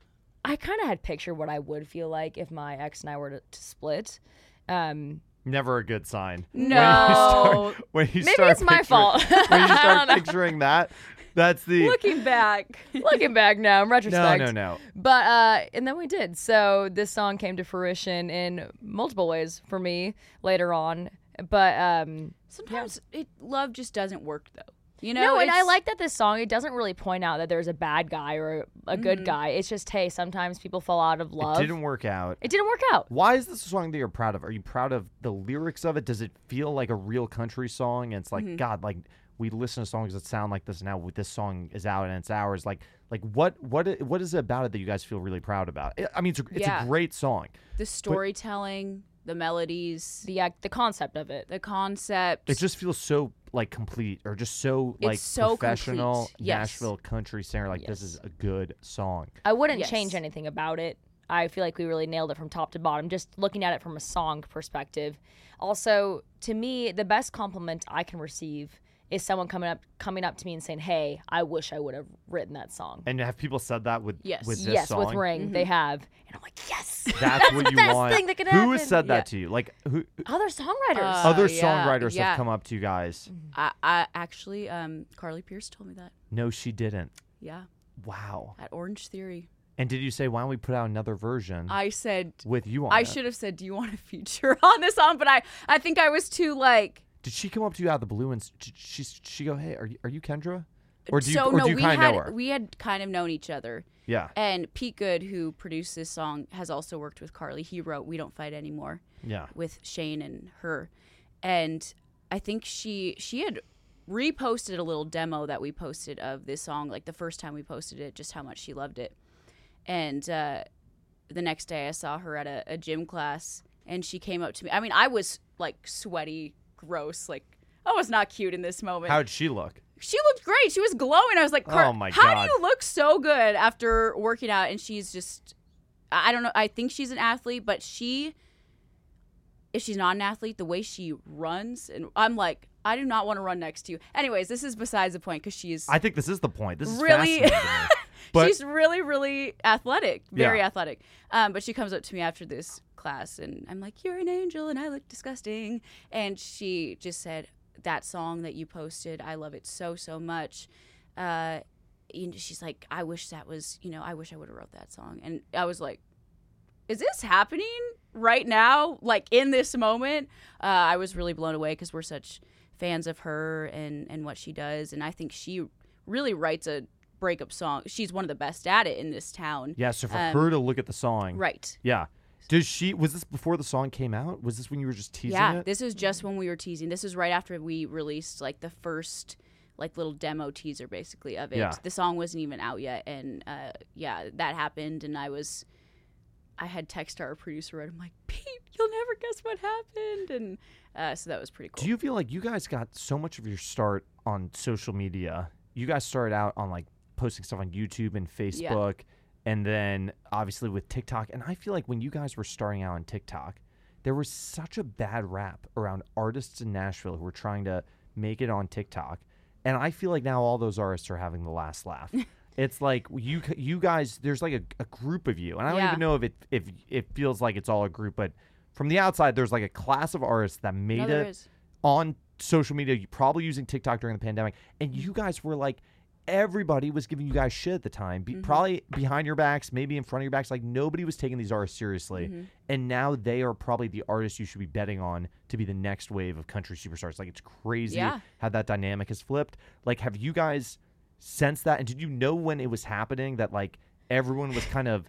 Speaker 1: I kind of had pictured what I would feel like if my ex and I were to, to split. Um,
Speaker 2: never a
Speaker 1: <laughs>
Speaker 2: good sign.
Speaker 3: No.
Speaker 2: When you <laughs> start, when you
Speaker 1: maybe
Speaker 2: start
Speaker 1: it's my
Speaker 2: picturing-
Speaker 1: fault.
Speaker 2: <laughs> when you
Speaker 1: <laughs> I
Speaker 2: start
Speaker 1: don't know.
Speaker 2: picturing that, that's the
Speaker 3: Looking back.
Speaker 1: Looking back now, in
Speaker 2: no,
Speaker 1: retrospect,
Speaker 2: no, no.
Speaker 1: But uh, and then we did. So this song came to fruition in multiple ways for me later on. But um,
Speaker 3: Sometimes it love just doesn't work though. You know?
Speaker 1: no, and I
Speaker 3: it's-
Speaker 1: like that this song. It doesn't really point out that there's a bad guy or a good guy. It's just hey, sometimes people fall out of love.
Speaker 2: It didn't work out.
Speaker 1: It didn't work out.
Speaker 2: Why is this a song that you're proud of? Are you proud of the lyrics of it? Does it feel like a real country song? And it's like,
Speaker 1: Mm-hmm.
Speaker 2: God, like we listen to songs that sound like this now. This song is out and it's ours. Like, like what, what, i- what is it about it that you guys feel really proud about? I- I mean, it's a, it's
Speaker 3: Yeah.
Speaker 2: a great song.
Speaker 3: the storytelling, the melodies,
Speaker 1: The act, the concept of it.
Speaker 3: the concept.
Speaker 2: It just feels so like complete, or just so
Speaker 3: It's
Speaker 2: like
Speaker 3: so
Speaker 2: professional
Speaker 3: complete. Yes.
Speaker 2: Nashville country singer. Like this is a good song.
Speaker 1: I wouldn't
Speaker 3: Yes.
Speaker 1: change anything about it. I feel like we really nailed it from top to bottom, just looking at it from a song perspective. Also, to me, the best compliment I can receive is someone coming up coming up to me and saying, "Hey, I wish I would have written that song."
Speaker 2: And have people said that with
Speaker 3: Yes.
Speaker 2: with this
Speaker 1: yes,
Speaker 2: song?
Speaker 1: with Ring, they
Speaker 3: Mm-hmm.
Speaker 1: have, and I'm like, "Yes,
Speaker 2: That's, what you
Speaker 1: best
Speaker 2: want.
Speaker 1: thing that could
Speaker 2: Who has
Speaker 1: happen.
Speaker 2: said
Speaker 3: Yeah.
Speaker 2: that to you? Like who?
Speaker 1: other songwriters."
Speaker 3: Uh,
Speaker 2: other
Speaker 3: yeah,
Speaker 2: songwriters
Speaker 3: yeah. Mm-hmm.
Speaker 2: have come up to you guys.
Speaker 3: I, I actually, um, Carly Pierce told me that.
Speaker 2: No, she didn't.
Speaker 3: Yeah,
Speaker 2: Wow.
Speaker 3: at Orange Theory,
Speaker 2: And did you say why don't we put out another version
Speaker 3: I said
Speaker 2: with you on
Speaker 3: I
Speaker 2: it?
Speaker 3: should have said, "Do you want a feature <laughs> on this song?" But I, I think I was too like.
Speaker 2: Did she come up to you out of the blue and s- did she she go, "Hey, are you, are you Kendra?" Or do you
Speaker 3: so
Speaker 2: or
Speaker 3: no,
Speaker 2: do you
Speaker 3: we
Speaker 2: kind
Speaker 3: had
Speaker 2: of know her?
Speaker 3: we had kind of known each other,
Speaker 2: yeah.
Speaker 3: and Pete Good, who produced this song, has also worked with Carly. He wrote "We Don't Fight Anymore."
Speaker 2: Yeah.
Speaker 3: with Shane and her, and I think she she had reposted a little demo that we posted of this song, like the first time we posted it, just how much she loved it. And uh, the next day, I saw her at a, a gym class, and she came up to me. I mean, I was like sweaty, gross, like I was not cute in this moment.
Speaker 2: How'd she look?
Speaker 3: she looked great. She was glowing. I was like, Car-
Speaker 2: Oh my
Speaker 3: how
Speaker 2: God.
Speaker 3: do you look so good after working out? And she's just, I I don't know. I think she's an athlete, but she, if she's not an athlete, the way she runs, and I'm like, I do not want to run next to you. Anyways, this is besides the point because she's
Speaker 2: I think this is the point. This is
Speaker 3: Really?
Speaker 2: fascinating to me. But
Speaker 3: <laughs> she's really, really athletic, very
Speaker 2: Yeah.
Speaker 3: athletic. Um, but she comes up to me after this class, and I'm like, "You're an angel," and I look disgusting. And she just said, "That song that you posted, I love it so, so much." Uh, and she's like, "I wish that was, you know, I wish I would have wrote that song." And I was like, "Is this happening right now? Like in this moment?" Uh, I was really blown away because we're such fans of her and and what she does, and I think she really writes a breakup song. She's one of the best at it in this town.
Speaker 2: yeah, so for
Speaker 3: um,
Speaker 2: her to look at the song.
Speaker 3: Right.
Speaker 2: Yeah. Does she was this before the song came out? Was this when you were just teasing
Speaker 3: yeah.
Speaker 2: it?
Speaker 3: This is just when we were teasing. This is right after we released like the first like little demo teaser basically of it.
Speaker 2: Yeah.
Speaker 3: The song wasn't even out yet, and uh, yeah, that happened, and I was. I had text our producer and I'm like, Pete, you'll never guess what happened, and uh, so that was pretty cool.
Speaker 2: Do you feel like you guys got so much of your start on social media? You guys started out on like posting stuff on YouTube and Facebook, and then obviously with TikTok. And I feel like when you guys were starting out on TikTok, there was such a bad rap around artists in Nashville who were trying to make it on TikTok. And I feel like now all those artists are having the last
Speaker 3: <laughs>
Speaker 2: laugh. it's like you c- you guys, there's like a, a group of you, and I don't
Speaker 3: Yeah.
Speaker 2: even know if it if it feels like it's all a group, but from the outside, there's like a class of artists that made
Speaker 3: No,
Speaker 2: it
Speaker 3: there is.
Speaker 2: on social media, you probably using TikTok during the pandemic, and you guys were like, everybody was giving you guys shit at the time, be, probably behind your backs, maybe in front of your backs. Like nobody was taking these artists seriously, and now they are probably the artists you should be betting on to be the next wave of country superstars. Like it's crazy
Speaker 3: Yeah.
Speaker 2: how that dynamic has flipped. Like, have you guys sensed that? And did you know when it was happening that like everyone was kind of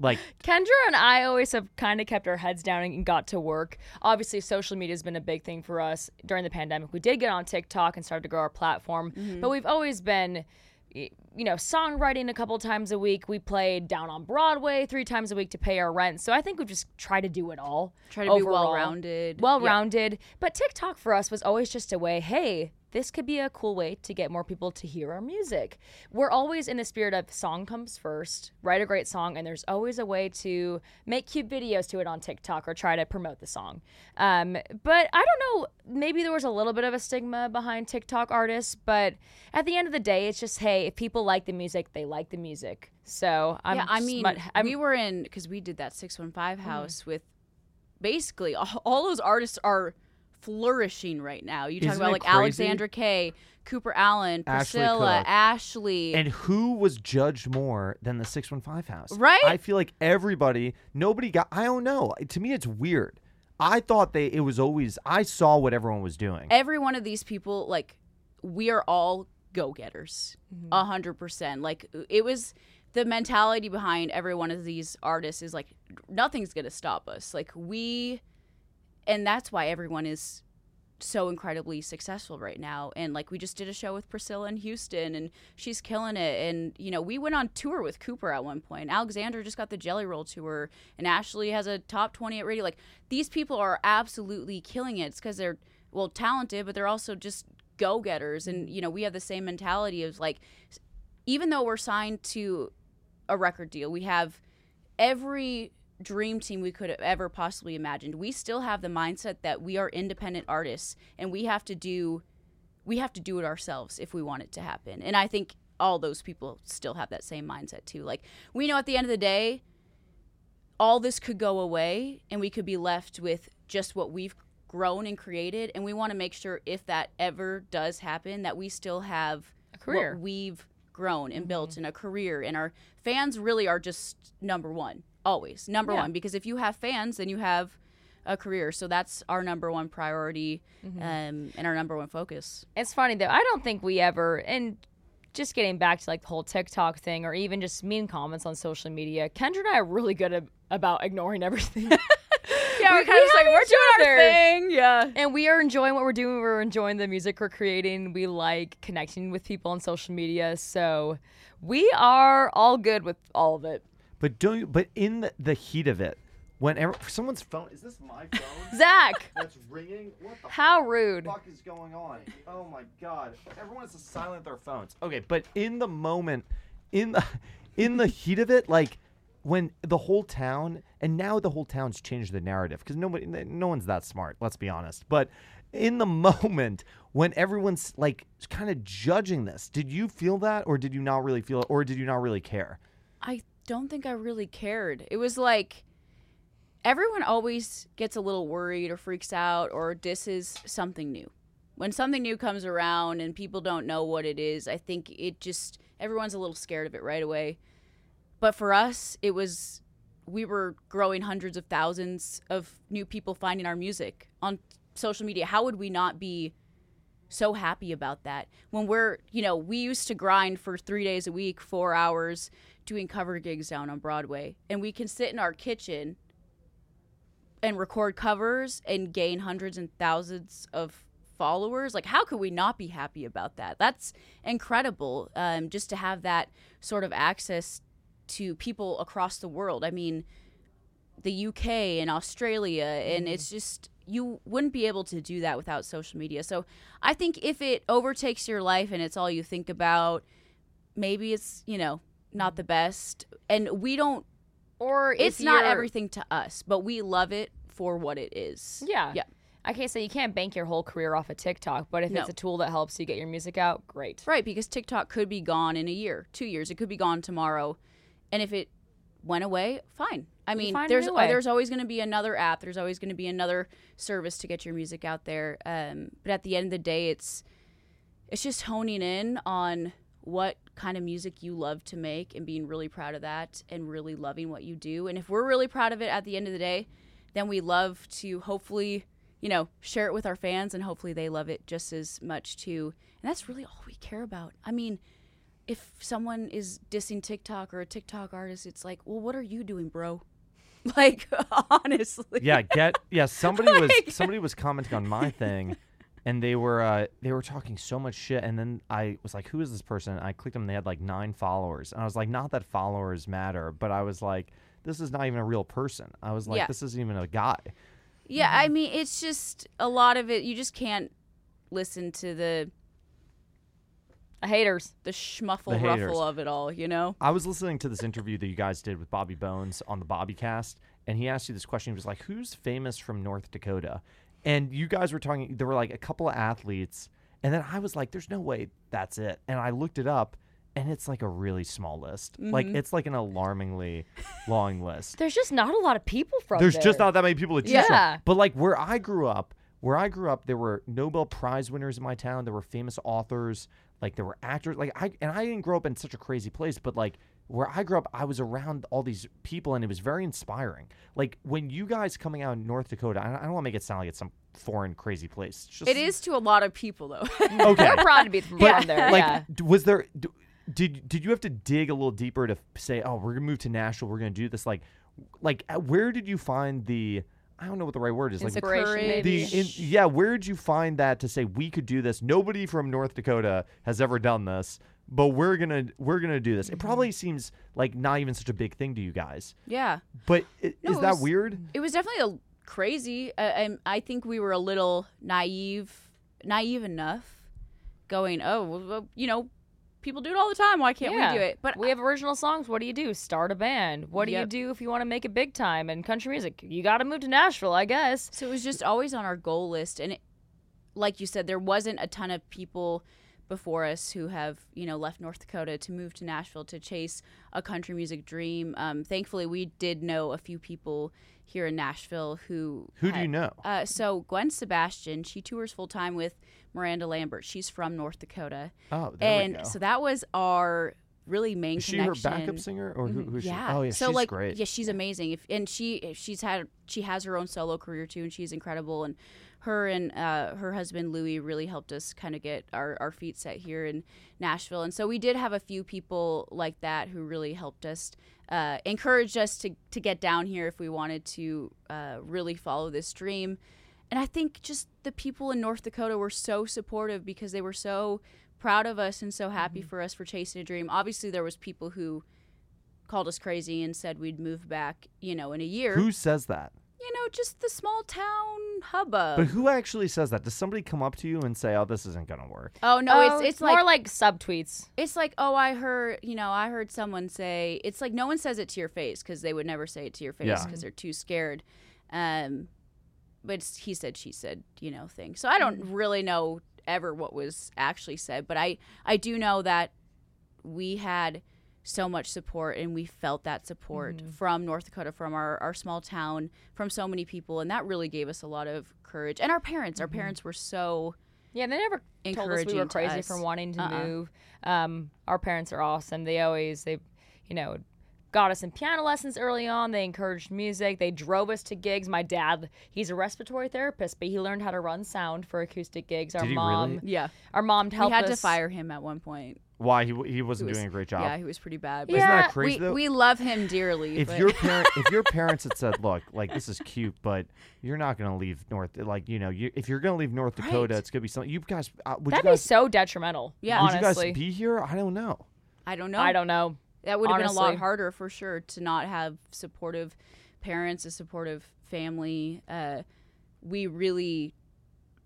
Speaker 2: like
Speaker 1: Kendra and I always have kind of kept our heads down and got to work. Obviously, social media has been a big thing for us during the pandemic. We did get on TikTok and started to grow our platform,
Speaker 3: Mm-hmm.
Speaker 1: but we've always been, y- you know, songwriting a couple times a week. We played down on Broadway three times a week to pay our rent. So I think we've just tried to do it all.
Speaker 3: Try to be well-rounded.
Speaker 1: Well rounded. But TikTok for us was always just a way, hey, this could be a cool way to get more people to hear our music. We're always in the spirit of song comes first, write a great song, and there's always a way to make cute videos to it on TikTok or try to promote the song. Um, but I don't know, maybe there was a little bit of a stigma behind TikTok artists, but at the end of the day, it's just, hey, if people like the music, they like the music. So I'm
Speaker 3: yeah, I
Speaker 1: just
Speaker 3: mean,
Speaker 1: mu- I'm- Mm.
Speaker 3: we were in because we did that six one five house with basically all, all those artists are flourishing right now. You talk
Speaker 2: Isn't it
Speaker 3: about like
Speaker 2: crazy?
Speaker 3: Alexandra Kay, Cooper Allen,
Speaker 2: Ashley
Speaker 3: Priscilla,
Speaker 2: Cook.
Speaker 3: Ashley.
Speaker 2: And who was judged more than the 615 house?
Speaker 3: Right?
Speaker 2: I feel like everybody, nobody got, I don't know. To me, it's weird. I thought they, it was always, I saw what everyone was doing.
Speaker 3: every one of these people, like, we are all go getters,
Speaker 1: Mhm.
Speaker 3: a hundred percent. Like, it was the mentality behind every one of these artists is like, nothing's gonna stop us. Like, we, and that's why everyone is so incredibly successful right now. And like, we just did a show with Priscilla in Houston, and she's killing it. And you know, we went on tour with Cooper at one point. Alexander just got the Jelly Roll tour, and Ashley has a top twenty at radio. Like, these people are absolutely killing it. It's because they're well talented, but they're also just go getters. And you know, we have the same mentality of like, even though we're signed to a record deal, we have every dream team we could have ever possibly imagined. We still have the mindset that we are independent artists and we have to do we have to do it ourselves if we want it to happen. And I think all those people still have that same mindset too. Like we know at the end of the day all this could go away and we could be left with just what we've grown and created and we want to make sure if that ever does happen that we still have
Speaker 1: A career. Mm-hmm.
Speaker 3: what we've grown and built in a career and our fans really are just number one always number
Speaker 1: Yeah.
Speaker 3: one because if you have fans then you have a career so that's our number one priority
Speaker 1: Mm-hmm.
Speaker 3: um, and our number one focus
Speaker 1: It's funny though. I don't think we ever and just getting back to like the whole TikTok thing or even just mean comments on social media. Kendra and I are really good ab- about ignoring everything.
Speaker 3: <laughs> yeah
Speaker 1: we're kinda just like, we're doing our
Speaker 3: thing yeah
Speaker 1: and we are enjoying what we're doing. We're enjoying the music we're creating. We like connecting with people on social media. So we are all good with all of it.
Speaker 2: But don't you, but in the, the heat of it, when ever, someone's phone, is this my
Speaker 1: <laughs>
Speaker 2: phone
Speaker 1: Zach,
Speaker 3: <laughs>
Speaker 2: that's ringing? What the
Speaker 1: how rude.
Speaker 2: fuck is going on? Oh my god! Everyone has to silent their phones. Okay, but in the moment, in the in the heat of it, like when the whole town and now the whole town's changed the narrative because nobody, no one's that smart. Let's be honest. But in the <laughs> moment when everyone's like kind of judging this, did you feel that, or did you not really feel it, or did you not really care?
Speaker 3: I don't think I really cared. It was like everyone always gets a little worried or freaks out or disses something new. When something new comes around and people don't know what it is, I think it just everyone's a little scared of it right away. But for us, it was we were growing hundreds of thousands of new people finding our music on social media. How would we not be so happy about that when we're you know we used to grind for three days a week four hours doing cover gigs down on broadway and we can sit in our kitchen and record covers and gain hundreds and thousands of followers. Like, how could we not be happy about that? That's incredible. Um, just to have that sort of access to people across the world. I mean, the UK and Australia, and it's just you wouldn't be able to do that without social media. So I think if it overtakes your life and it's all you think about, maybe it's you know not the best. And we don't.
Speaker 1: Or if
Speaker 3: It's not
Speaker 1: you're-
Speaker 3: everything to us, but we love it for what it is.
Speaker 1: Yeah.
Speaker 3: Yeah.
Speaker 1: I can't say you can't bank your whole career off of TikTok, but if
Speaker 3: No.
Speaker 1: it's a tool that helps you get your music out, great.
Speaker 3: Right, because TikTok could be gone in a year, two years. It could be gone tomorrow, and if it went away, fine. I mean,
Speaker 1: find a
Speaker 3: there's uh,
Speaker 1: new way.
Speaker 3: there's always going to be another app. There's always going to be another service to get your music out there. Um, but at the end of the day, it's it's just honing in on what kind of music you love to make and being really proud of that and really loving what you do. And if we're really proud of it at the end of the day, then we love to hopefully, you know, share it with our fans and hopefully they love it just as much too. And that's really all we care about. I mean, if someone is dissing TikTok or a TikTok artist, it's like, well, what are you doing, bro? <laughs> Like, <laughs> honestly.
Speaker 2: yeah get yeah somebody was somebody was commenting on my thing and they were uh, they were talking so much shit and then i was like who is this person i clicked them and they had like nine followers and i was like not that followers matter but i was like this is not even a real person i was like
Speaker 3: Yeah.
Speaker 2: this isn't even a guy
Speaker 3: Yeah, I mean, it's just a lot of it. You just can't listen to the
Speaker 1: Haters.
Speaker 3: the schmuffle
Speaker 2: The haters.
Speaker 3: ruffle of it all, you know?
Speaker 2: i was listening to this interview that you guys did with bobby bones on the bobbycast and he asked you this question he was like who's famous from north dakota and you guys were talking there were like a couple of athletes and then i was like there's no way that's it and i looked it up and it's like a really small list like it's like an alarmingly long list
Speaker 1: There's just not a lot of people from
Speaker 2: there's
Speaker 1: there. <laughs>
Speaker 2: just not that many people to choose
Speaker 1: Yeah.
Speaker 2: from. But like where I grew up, where I grew up, there were Nobel Prize winners in my town. There were famous authors. Like there were actors. Like I and I didn't grow up in such a crazy place, but like where I grew up, I was around all these people, and it was very inspiring. Like when you guys coming out in North Dakota, I, I don't want to make it sound like it's some foreign crazy place. It's just
Speaker 3: It is to a lot of people, though.
Speaker 2: <laughs>
Speaker 3: <laughs>
Speaker 2: okay.
Speaker 1: <laughs> We're proud to be from
Speaker 2: But,
Speaker 1: there.
Speaker 2: like,
Speaker 1: yeah.
Speaker 2: d- was there? d- Did did you have to dig a little deeper to f- say, oh, we're gonna move to Nashville, we're gonna do this? Like, like at- where did you find the? I don't know what the right word is. Like,
Speaker 3: Insecurity. courage.
Speaker 1: maybe.
Speaker 2: the in, yeah, where did you find that to say we could do this? Nobody from North Dakota has ever done this, but we're gonna we're gonna do this. It probably
Speaker 3: Mm-hmm.
Speaker 2: seems like not even such a big thing to you guys,
Speaker 3: yeah.
Speaker 2: but i-
Speaker 3: No,
Speaker 2: is
Speaker 3: it
Speaker 2: that
Speaker 3: was-
Speaker 2: weird?
Speaker 3: It was definitely a crazy. I, I, I think we were a little naive, naive enough, going, oh, well, well, you know, people do it all the time. Why can't
Speaker 1: Yeah.
Speaker 3: we do it? But
Speaker 1: we have original songs. What do you do? Start a band. What do
Speaker 3: Yep.
Speaker 1: you do if you want to make it big time in country music? You got to move to Nashville, I guess.
Speaker 3: So it was just always on our goal list, and it, like you said, there wasn't a ton of people before us who have you know left North Dakota to move to Nashville to chase a country music dream. Um, thankfully, we did know a few people here in Nashville who
Speaker 2: Who do
Speaker 3: had-
Speaker 2: you know?
Speaker 3: Uh, so Gwen Sebastian, she tours full time with Miranda Lambert. She's from North Dakota,
Speaker 2: Oh, there we
Speaker 3: and
Speaker 2: go.
Speaker 3: so that was our really main
Speaker 2: is she her
Speaker 3: connection Mm-hmm.
Speaker 2: backup singer or who, who is
Speaker 3: yeah.
Speaker 2: she? Oh yeah,
Speaker 3: so
Speaker 2: she's
Speaker 3: like,
Speaker 2: great.
Speaker 3: Yeah, she's amazing. If and she if she's had she has her own solo career too, and she's incredible. And her and uh, her husband Louis really helped us kind of get our our feet set here in Nashville. And so we did have a few people like that who really helped us, uh, encouraged us to to get down here if we wanted to uh, really follow this dream. And I think just the people in North Dakota were so supportive because they were so proud of us and so happy
Speaker 2: Mm-hmm.
Speaker 3: for us for chasing a dream. Obviously, there was people who called us crazy and said we'd move back, you know, in a year.
Speaker 2: Who says that?
Speaker 3: you know, just the small town hubbub.
Speaker 2: But who actually says that? Does somebody come up to you and say, "Oh, this isn't gonna work"?
Speaker 3: oh no,
Speaker 1: Oh,
Speaker 3: it's it's
Speaker 1: more
Speaker 3: like,
Speaker 1: like subtweets.
Speaker 3: it's like oh I heard you know I heard someone say it's like no one says it to your face because they would never say it to your face
Speaker 2: Yeah.
Speaker 3: because they're too scared. Um, but it's he said she said you know thing. So I don't really know ever what was actually said, but I I do know that we had so much support and we felt that support from North Dakota, from our, our small town, from so many people. And that really gave us a lot of courage. And our parents, our parents were so,
Speaker 1: Yeah, they never told us we
Speaker 3: Encouraging
Speaker 1: were
Speaker 3: to
Speaker 1: crazy
Speaker 3: us.
Speaker 1: for wanting to
Speaker 3: Uh-uh.
Speaker 1: move. Um, our parents are awesome. They always they, you know, got us in piano lessons early on. They encouraged music. They drove us to gigs. My dad, he's a respiratory therapist, but he learned how to run sound for acoustic gigs. Our
Speaker 2: Did he really?
Speaker 1: mom,
Speaker 3: yeah.
Speaker 1: our mom helped
Speaker 3: we had
Speaker 1: us.
Speaker 3: to fire him at one point.
Speaker 2: why he w- he wasn't
Speaker 3: was-
Speaker 2: doing a great job.
Speaker 3: Yeah, he was pretty bad.
Speaker 1: Isn't that
Speaker 3: but
Speaker 2: crazy,
Speaker 3: we,
Speaker 2: though?
Speaker 3: we love him dearly.
Speaker 2: if
Speaker 3: but
Speaker 1: <laughs>
Speaker 2: your parent if your parents had said, "Look, like this is cute, but you're not going to leave North like you know, you, if you're going to leave North Dakota,
Speaker 1: Right.
Speaker 2: it's going to be something you guys uh, would
Speaker 1: That'd
Speaker 2: you
Speaker 1: be
Speaker 2: guys
Speaker 1: so detrimental.
Speaker 3: Yeah.
Speaker 2: would
Speaker 1: honestly,
Speaker 2: you guys be here? I don't know.
Speaker 3: I don't know.
Speaker 1: I don't know.
Speaker 3: That would have been a lot
Speaker 1: honestly.
Speaker 3: harder for sure to not have supportive parents, a supportive family. Uh, we really,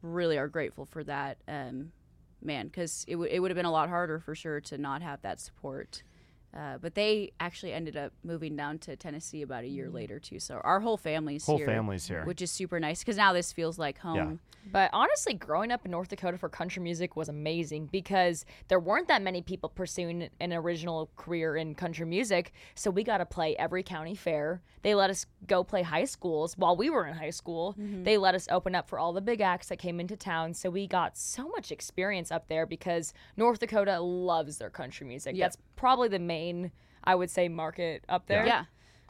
Speaker 3: really are grateful for that, um, man, because it, w- it would have been a lot harder for sure to not have that support. Uh, but they actually ended up moving down to Tennessee about a
Speaker 1: Mm.
Speaker 3: year later too. So our whole family's
Speaker 2: Whole
Speaker 3: here,
Speaker 2: family's here.
Speaker 3: which is super nice because now this feels like home.
Speaker 1: But honestly, growing up in North Dakota for country music was amazing because there weren't that many people pursuing an original career in country music. So we got to play every county fair. They let us go play high schools while we were in high school.
Speaker 3: Mm-hmm.
Speaker 1: They let us open up for all the big acts that came into town. So we got so much experience up there because North Dakota loves their country music.
Speaker 3: Yep.
Speaker 1: That's probably the main, I would say, market up there.
Speaker 3: Yeah.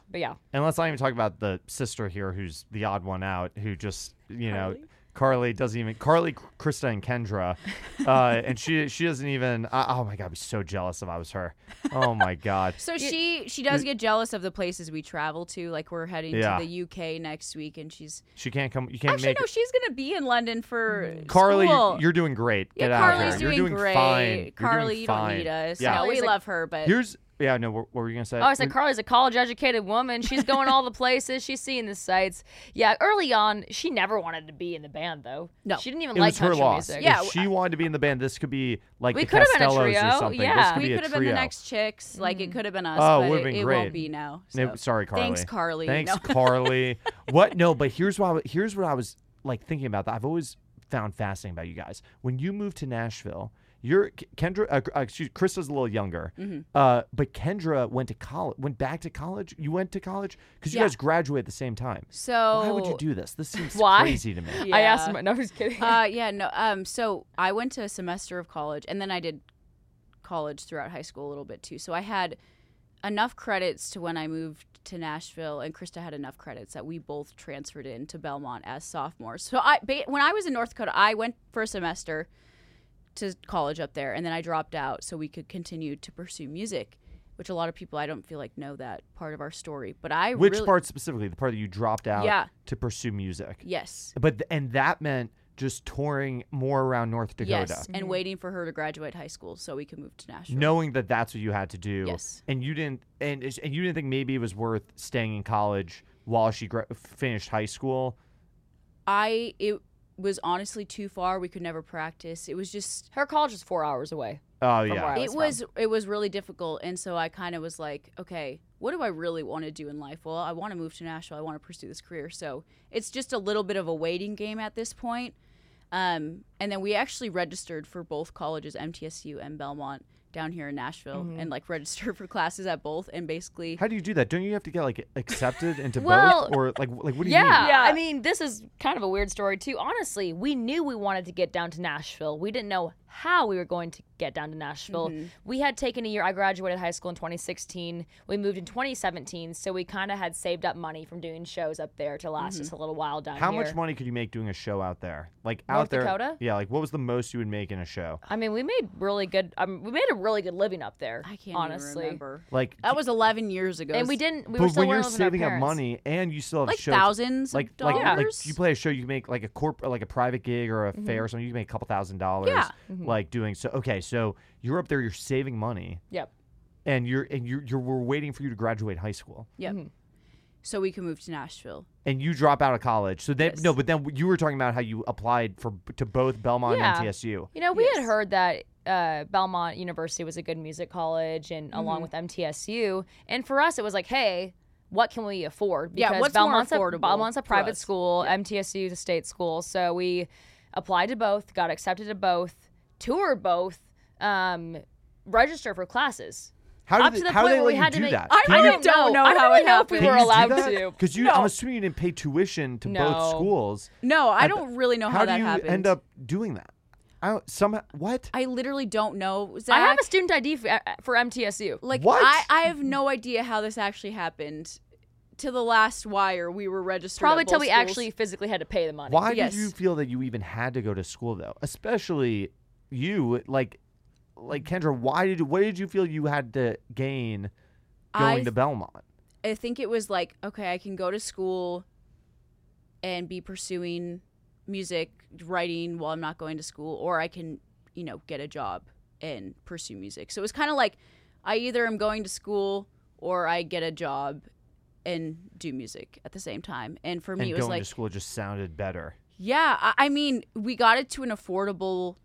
Speaker 1: But yeah.
Speaker 2: And let's not even talk about the sister here who's the odd one out, who just, you know, Carly doesn't even, Carly, Krista, and Kendra. Uh, and she she doesn't even, I oh my God, I'd be so jealous if I was her. Oh my God.
Speaker 3: So she she does get jealous of the places we travel to. Like we're heading
Speaker 2: Yeah.
Speaker 3: to the UK next week, and she's
Speaker 2: She can't come, you can't
Speaker 3: Actually,
Speaker 2: make
Speaker 3: no,
Speaker 2: it.
Speaker 3: she's gonna be in London for
Speaker 2: Carly,
Speaker 3: school.
Speaker 2: you're doing great.
Speaker 3: yeah,
Speaker 2: Get out
Speaker 3: Carly's
Speaker 2: of here.
Speaker 3: doing,
Speaker 2: You're doing
Speaker 3: great.
Speaker 2: fine. You're doing
Speaker 3: Carly, you don't need
Speaker 2: fine.
Speaker 3: us.
Speaker 2: Yeah.
Speaker 3: No, we
Speaker 1: Carly's a-
Speaker 3: love her, but
Speaker 2: Here's, yeah, no, what, what were you going to say?
Speaker 1: Oh, I said Carly's a college educated woman. She's going all
Speaker 3: <laughs>
Speaker 1: the places. She's seeing the sights. Yeah, early on, she never wanted to be in the band though.
Speaker 3: No.
Speaker 1: she didn't even
Speaker 2: it
Speaker 1: like
Speaker 2: was her
Speaker 1: country
Speaker 2: loss.
Speaker 1: music.
Speaker 2: If
Speaker 3: Yeah.
Speaker 2: she wanted to be in the band, this could be like
Speaker 1: We
Speaker 2: the
Speaker 1: could have been a
Speaker 2: Costellos or
Speaker 1: trio.
Speaker 2: something. This
Speaker 1: Yeah.
Speaker 2: could
Speaker 3: we
Speaker 2: be a
Speaker 3: could have been the
Speaker 2: trio.
Speaker 3: next chicks. Like it could have been us,
Speaker 2: Oh, it
Speaker 3: but
Speaker 2: would've
Speaker 3: it,
Speaker 2: been
Speaker 3: it
Speaker 2: great.
Speaker 3: won't be now.
Speaker 2: No,
Speaker 3: so.
Speaker 2: sorry, Carly.
Speaker 3: Thanks, Carly.
Speaker 2: Thanks,
Speaker 3: <laughs> No.
Speaker 2: Carly. What? No, but here's why. I- Here's what I was like thinking about. That I've always found fascinating about you guys. When you moved to Nashville, you're K- Kendra. Uh, uh, excuse, Krista's a little younger,
Speaker 3: Mm-hmm.
Speaker 2: uh, but Kendra went to college. Went back to college. You went to college because you
Speaker 3: Yeah. Oh.
Speaker 2: guys graduate at the same time.
Speaker 3: So
Speaker 2: why would you do this? This
Speaker 3: <laughs>
Speaker 2: seems
Speaker 1: Why?
Speaker 2: crazy to me.
Speaker 1: I asked
Speaker 3: Yeah.
Speaker 1: him. No, I'm just kidding.
Speaker 3: uh, yeah, no. Um, so I went to a semester of college, and then I did college throughout high school a little bit too. So I had enough credits to when I moved to Nashville, and Krista had enough credits that we both transferred in to Belmont as sophomores. So I, ba- when I was in North Dakota, I went for a semester to college up there, and then I dropped out so we could continue to pursue music. Which a lot of people I don't feel like know that part of our story, but I
Speaker 2: Which
Speaker 3: really,
Speaker 2: part specifically? The part that you dropped out
Speaker 3: Yeah.
Speaker 2: to pursue music.
Speaker 3: Yes,
Speaker 2: But th- and that meant just touring more around North Dakota.
Speaker 3: yes, and waiting for her to graduate high school so we could move to Nashville.
Speaker 2: knowing that that's what you had to do
Speaker 3: Yes.
Speaker 2: and you didn't and, it's- and you didn't think maybe it was worth staying in college while she gra- finished high school
Speaker 3: I it was honestly too far. We could never practice. It was just
Speaker 1: <laughs> Her college is four hours away.
Speaker 2: oh
Speaker 1: From
Speaker 2: yeah
Speaker 1: where I
Speaker 3: it was it was really difficult, and so I kind of was like, okay, what do I really want to do in life? Well, I want to move to Nashville. I want to pursue this career. So it's just a little bit of a waiting game at this point. Um, and then we actually registered for both colleges, MTSU and Belmont, down here in Nashville, and like registered for classes at both. And basically,
Speaker 2: Mm-hmm. how do you do that don't you have to get like accepted into
Speaker 1: <laughs> Well,
Speaker 2: both or like like what do you
Speaker 1: Yeah.
Speaker 2: mean?
Speaker 3: Yeah.
Speaker 1: I mean, this is kind of a weird story too. Honestly, we knew we wanted to get down to Nashville. We didn't know how we were going to get down to Nashville.
Speaker 3: Mm-hmm.
Speaker 1: We had taken a year. I graduated high school in 2016. We moved in 2017, so we kind of had saved up money from doing shows up there to
Speaker 3: Mm-hmm.
Speaker 1: last us a little while down
Speaker 2: how
Speaker 1: here.
Speaker 2: much money could you make doing a show out there like
Speaker 1: North
Speaker 2: out there
Speaker 1: Dakota?
Speaker 2: yeah like what was the most you would make in a show
Speaker 1: I mean, we made really good. I mean, we made a really good living up there.
Speaker 3: I can't even
Speaker 1: honestly.
Speaker 3: remember.
Speaker 2: like
Speaker 3: That was 11 years ago.
Speaker 1: And we didn't. We were
Speaker 2: but
Speaker 1: still
Speaker 2: when you're
Speaker 1: living with our
Speaker 2: saving up
Speaker 1: parents.
Speaker 2: money and you still have
Speaker 3: like
Speaker 2: shows
Speaker 3: thousands,
Speaker 2: like,
Speaker 3: of
Speaker 2: like
Speaker 3: dollars.
Speaker 2: like you play a show you make like a corp like a private gig or a
Speaker 1: Mm-hmm.
Speaker 2: fair or something you can make a couple thousand dollars
Speaker 3: Yeah.
Speaker 2: like doing so okay so you're up there you're saving money
Speaker 1: Yep.
Speaker 2: and you're and you're, you're we're waiting for you to graduate high school
Speaker 3: Yep. So we can move to Nashville.
Speaker 2: and you drop out of college so then
Speaker 3: Yes.
Speaker 2: no but then you were talking about how you applied for to both belmont
Speaker 1: Yeah.
Speaker 2: and mtsu
Speaker 1: You know, we had
Speaker 3: Yes.
Speaker 1: heard that uh, Belmont University was a good music college, and
Speaker 3: Mm-hmm.
Speaker 1: along with MTSU, and for us, it was like, hey, what can we afford?
Speaker 3: Yeah,
Speaker 1: Because
Speaker 3: what's more
Speaker 1: Belmont's a,
Speaker 3: affordable
Speaker 1: Belmont's a
Speaker 3: for
Speaker 1: private
Speaker 3: us?
Speaker 1: school, MTSU is a state school, so we applied to both, got accepted to both, toured both, um, registered for classes.
Speaker 2: how
Speaker 1: Up
Speaker 2: did
Speaker 1: to
Speaker 2: they,
Speaker 1: the
Speaker 2: how
Speaker 1: point
Speaker 2: did they
Speaker 1: where
Speaker 2: let
Speaker 1: we
Speaker 2: you
Speaker 1: had
Speaker 2: do
Speaker 1: to make.
Speaker 2: that
Speaker 1: I
Speaker 3: Can
Speaker 1: don't
Speaker 3: you-
Speaker 1: even know. I don't
Speaker 3: how
Speaker 1: really
Speaker 3: it
Speaker 1: know if we
Speaker 3: happened.
Speaker 1: were allowed to.
Speaker 2: because you i'm assuming you didn't pay tuition to
Speaker 1: No.
Speaker 2: both schools
Speaker 3: No, I
Speaker 2: At the-
Speaker 3: don't really know how,
Speaker 2: how
Speaker 3: that
Speaker 2: do you
Speaker 3: happened.
Speaker 2: end up doing that I don't, somehow what
Speaker 3: I literally don't know. Zach,
Speaker 1: I have a student ID for, uh, for MTSU.
Speaker 3: like
Speaker 2: What?
Speaker 3: I, I have no idea how this actually happened. To the last wire, we were registered.
Speaker 1: Probably
Speaker 3: at
Speaker 1: till
Speaker 3: both
Speaker 1: we
Speaker 3: schools.
Speaker 1: actually physically had to pay the money.
Speaker 2: Why
Speaker 3: Yes.
Speaker 2: did you feel that you even had to go to school though? Especially you, like like Kendra, why did you, what did you feel you had to gain
Speaker 3: I
Speaker 2: going to Belmont?
Speaker 3: I think it was like, okay, I can go to school and be pursuing music, writing while I'm not going to school, or I can, you know, get a job and pursue music. So it was kind of like I either am going to school or I get a job and do music at the same time. And for me,
Speaker 2: And
Speaker 3: it was
Speaker 2: going
Speaker 3: like,
Speaker 2: to school just sounded better.
Speaker 3: yeah, I, I mean, we got it to an affordable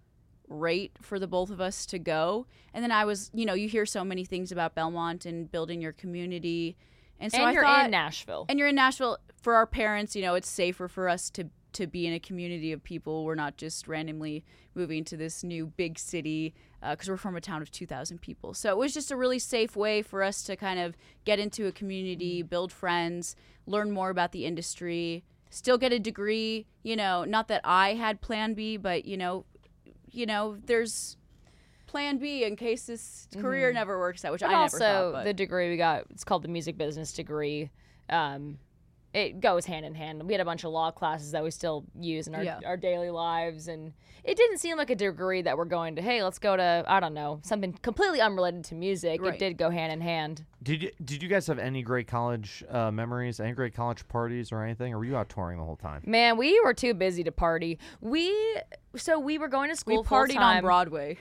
Speaker 3: rate for the both of us to go. And then I was, you know, you hear so many things about Belmont and building your community. And so
Speaker 1: and
Speaker 3: I
Speaker 1: you're
Speaker 3: thought,
Speaker 1: in Nashville.
Speaker 3: and you're in Nashville for our parents, you know, it's safer for us to to be in a community of people. We're not just randomly moving to this new big city because we're from a town of 2,000 people. So it was just a really safe way for us to kind of get into a community,
Speaker 1: Mm-hmm.
Speaker 3: build friends, learn more about the industry, still get a degree. You know, not that I had Plan B, but you know, you know, there's Plan B in case this career never works out, which
Speaker 1: Mm-hmm. but
Speaker 3: I
Speaker 1: also
Speaker 3: never thought. But.
Speaker 1: the degree we got it's called the music business degree um it goes hand in hand we had a bunch of law classes that we still use in our,
Speaker 3: Yeah.
Speaker 1: our daily lives and it didn't seem like a degree that we're going to hey let's go to i don't know something completely unrelated to music
Speaker 3: Right.
Speaker 1: it did go hand in hand
Speaker 2: Did you did you guys have any great college uh, memories? Any great college parties or anything? Or were you out touring the whole time?
Speaker 1: man we were too busy to party we so we were going to
Speaker 3: we
Speaker 1: school
Speaker 3: partied
Speaker 1: full-time. <laughs>
Speaker 3: on Broadway.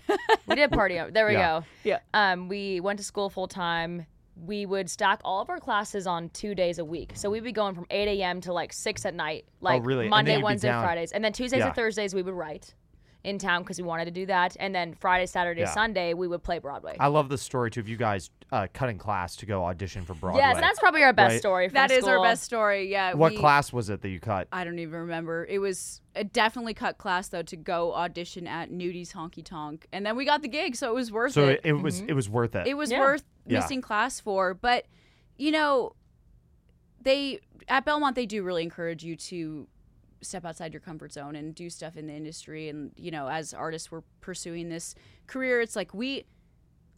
Speaker 1: we did party up. There we
Speaker 2: <laughs> Yeah.
Speaker 1: go.
Speaker 3: Yeah.
Speaker 1: Um, we went to school full time. We would stack all of our classes on two days a week. So we'd be going from 8 a.m. to like 6 at night, like
Speaker 2: Oh, really? And then
Speaker 1: Monday,
Speaker 2: you'd be
Speaker 1: Wednesday,
Speaker 2: down.
Speaker 1: Fridays. And then Tuesdays
Speaker 2: Yeah.
Speaker 1: and Thursdays, we would write in town because we wanted to do that. And then Friday, Saturday,
Speaker 2: Yeah.
Speaker 1: Sunday, we would play Broadway.
Speaker 2: I love the story too of you guys uh, cutting class to go audition for Broadway.
Speaker 1: yes, that's probably our best
Speaker 2: Right.
Speaker 1: story. From
Speaker 3: That is our
Speaker 1: school.
Speaker 3: best story. Yeah.
Speaker 2: what
Speaker 3: we-
Speaker 2: class was it that you cut?
Speaker 3: I don't even remember. It was a definitely cut class though to go audition at Nudie's Honky Tonk, and then we got the gig, so it was worth
Speaker 2: So
Speaker 3: it. Mm-hmm.
Speaker 2: it, it was it was worth it.
Speaker 3: It was
Speaker 1: Yeah.
Speaker 3: worth
Speaker 2: Yeah.
Speaker 3: missing class for. But you know, they at Belmont they do really encourage you to step outside your comfort zone and do stuff in the industry. And you know, as artists, we're pursuing this career. It's like we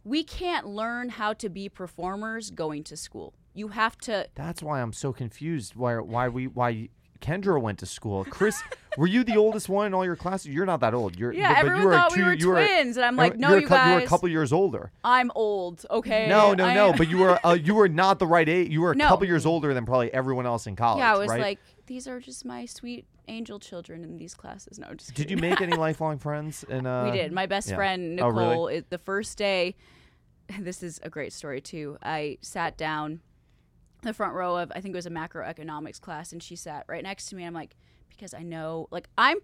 Speaker 3: we can't learn how to be performers going to school. You have to
Speaker 2: that's why I'm so confused. Why why we why Kendra went to school?
Speaker 3: <laughs>
Speaker 2: Chris, were you the oldest one in all your classes? You're not that old. You're but-
Speaker 3: Yeah,
Speaker 2: but
Speaker 3: everyone
Speaker 2: you were
Speaker 3: thought
Speaker 2: two,
Speaker 3: we were
Speaker 2: you Were,
Speaker 3: twins, and I'm like,
Speaker 2: you
Speaker 3: no,
Speaker 2: were a
Speaker 3: you
Speaker 2: cou- you were a
Speaker 3: guys.
Speaker 2: couple years older.
Speaker 3: I'm old, okay?
Speaker 2: No, no,
Speaker 3: I
Speaker 2: no.
Speaker 3: am-
Speaker 2: But you were uh, you were not the right age. You were a
Speaker 3: <laughs> No.
Speaker 2: couple years older than probably everyone else in college.
Speaker 3: yeah, I was
Speaker 2: right?
Speaker 3: like, these are just my sweet angel children in these classes. No, just
Speaker 2: Did you
Speaker 3: kidding.
Speaker 2: make any lifelong friends? And uh,
Speaker 3: <laughs> we did. My best
Speaker 2: yeah.
Speaker 3: friend
Speaker 2: Oh,
Speaker 3: Nicole.
Speaker 2: really?
Speaker 3: it- the first day, <laughs> this is a great story too. I sat down the front row of I think it was a macroeconomics class, and she sat right next to me. And I'm like, because I know, like I'm,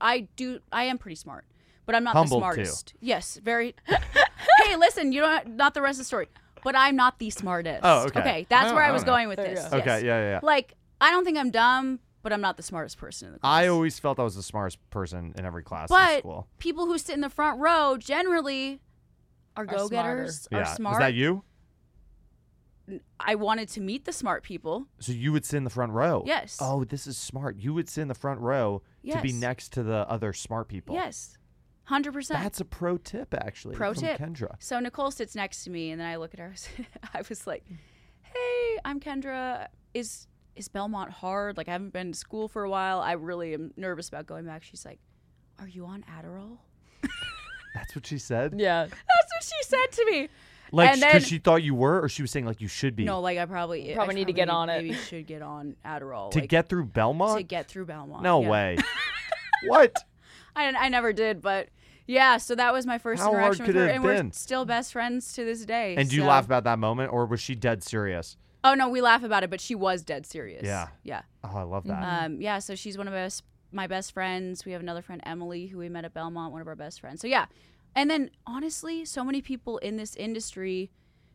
Speaker 3: I do, I am pretty smart, but I'm not
Speaker 2: Humbled,
Speaker 3: the
Speaker 2: too.
Speaker 3: smartest. Yes, very. <laughs> hey, listen, you don't not the rest of the story, but I'm not the smartest.
Speaker 2: Oh, okay.
Speaker 3: that's
Speaker 2: Oh,
Speaker 3: where I
Speaker 2: I
Speaker 3: was
Speaker 2: don't know.
Speaker 3: going with
Speaker 1: There you
Speaker 3: this.
Speaker 1: go.
Speaker 2: Okay,
Speaker 3: yes.
Speaker 2: yeah, yeah, yeah.
Speaker 3: Like I don't think I'm dumb, but I'm not the smartest person in the class.
Speaker 2: I always felt I was the smartest person in every class in
Speaker 3: But
Speaker 2: school.
Speaker 3: people who sit in the front row generally are go getters, are,
Speaker 2: yeah,
Speaker 3: smart.
Speaker 2: was that you?
Speaker 3: I wanted to meet the smart people.
Speaker 2: So you would sit in the front row.
Speaker 3: Yes.
Speaker 2: Oh, this is smart. You would sit in the front row to be
Speaker 3: Yes.
Speaker 2: next to the other smart people.
Speaker 3: Yes, hundred percent.
Speaker 2: That's a pro tip, actually.
Speaker 3: Pro
Speaker 2: from
Speaker 3: tip.
Speaker 2: Kendra.
Speaker 3: So Nicole sits next to me, and then I look at her. <laughs> I was like, "Hey, I'm Kendra. Is is Belmont hard? Like I haven't been to school for a while. I really am nervous about going back." She's like, "Are you on Adderall?" <laughs>
Speaker 2: That's what she said.
Speaker 1: Yeah.
Speaker 3: That's what she said to me.
Speaker 2: Like,
Speaker 3: And
Speaker 2: because
Speaker 3: then-
Speaker 2: she thought you were, or she was saying like you should be.
Speaker 3: No, like I probably I
Speaker 1: Probably need to get on it.
Speaker 3: Maybe should get on Adderall
Speaker 2: to
Speaker 3: like,
Speaker 2: get through Belmont.
Speaker 3: to get through Belmont.
Speaker 2: no
Speaker 3: Yeah. <laughs>
Speaker 2: way. what?
Speaker 3: I, I never did, but yeah. So that was my first
Speaker 2: How hard
Speaker 3: interaction
Speaker 2: could
Speaker 3: with her,
Speaker 2: it have
Speaker 3: and
Speaker 2: been?
Speaker 3: we're still best friends to this day.
Speaker 2: And do you
Speaker 3: so-
Speaker 2: laugh about that moment, or was she dead serious?
Speaker 3: Oh no, we laugh about it, but she was dead serious.
Speaker 2: Yeah.
Speaker 3: yeah,
Speaker 2: Oh, I love that.
Speaker 3: um, yeah. So she's one of us, my best friends. We have another friend, Emily, who we met at Belmont, one of our best friends. So yeah, and then honestly, so many people in this industry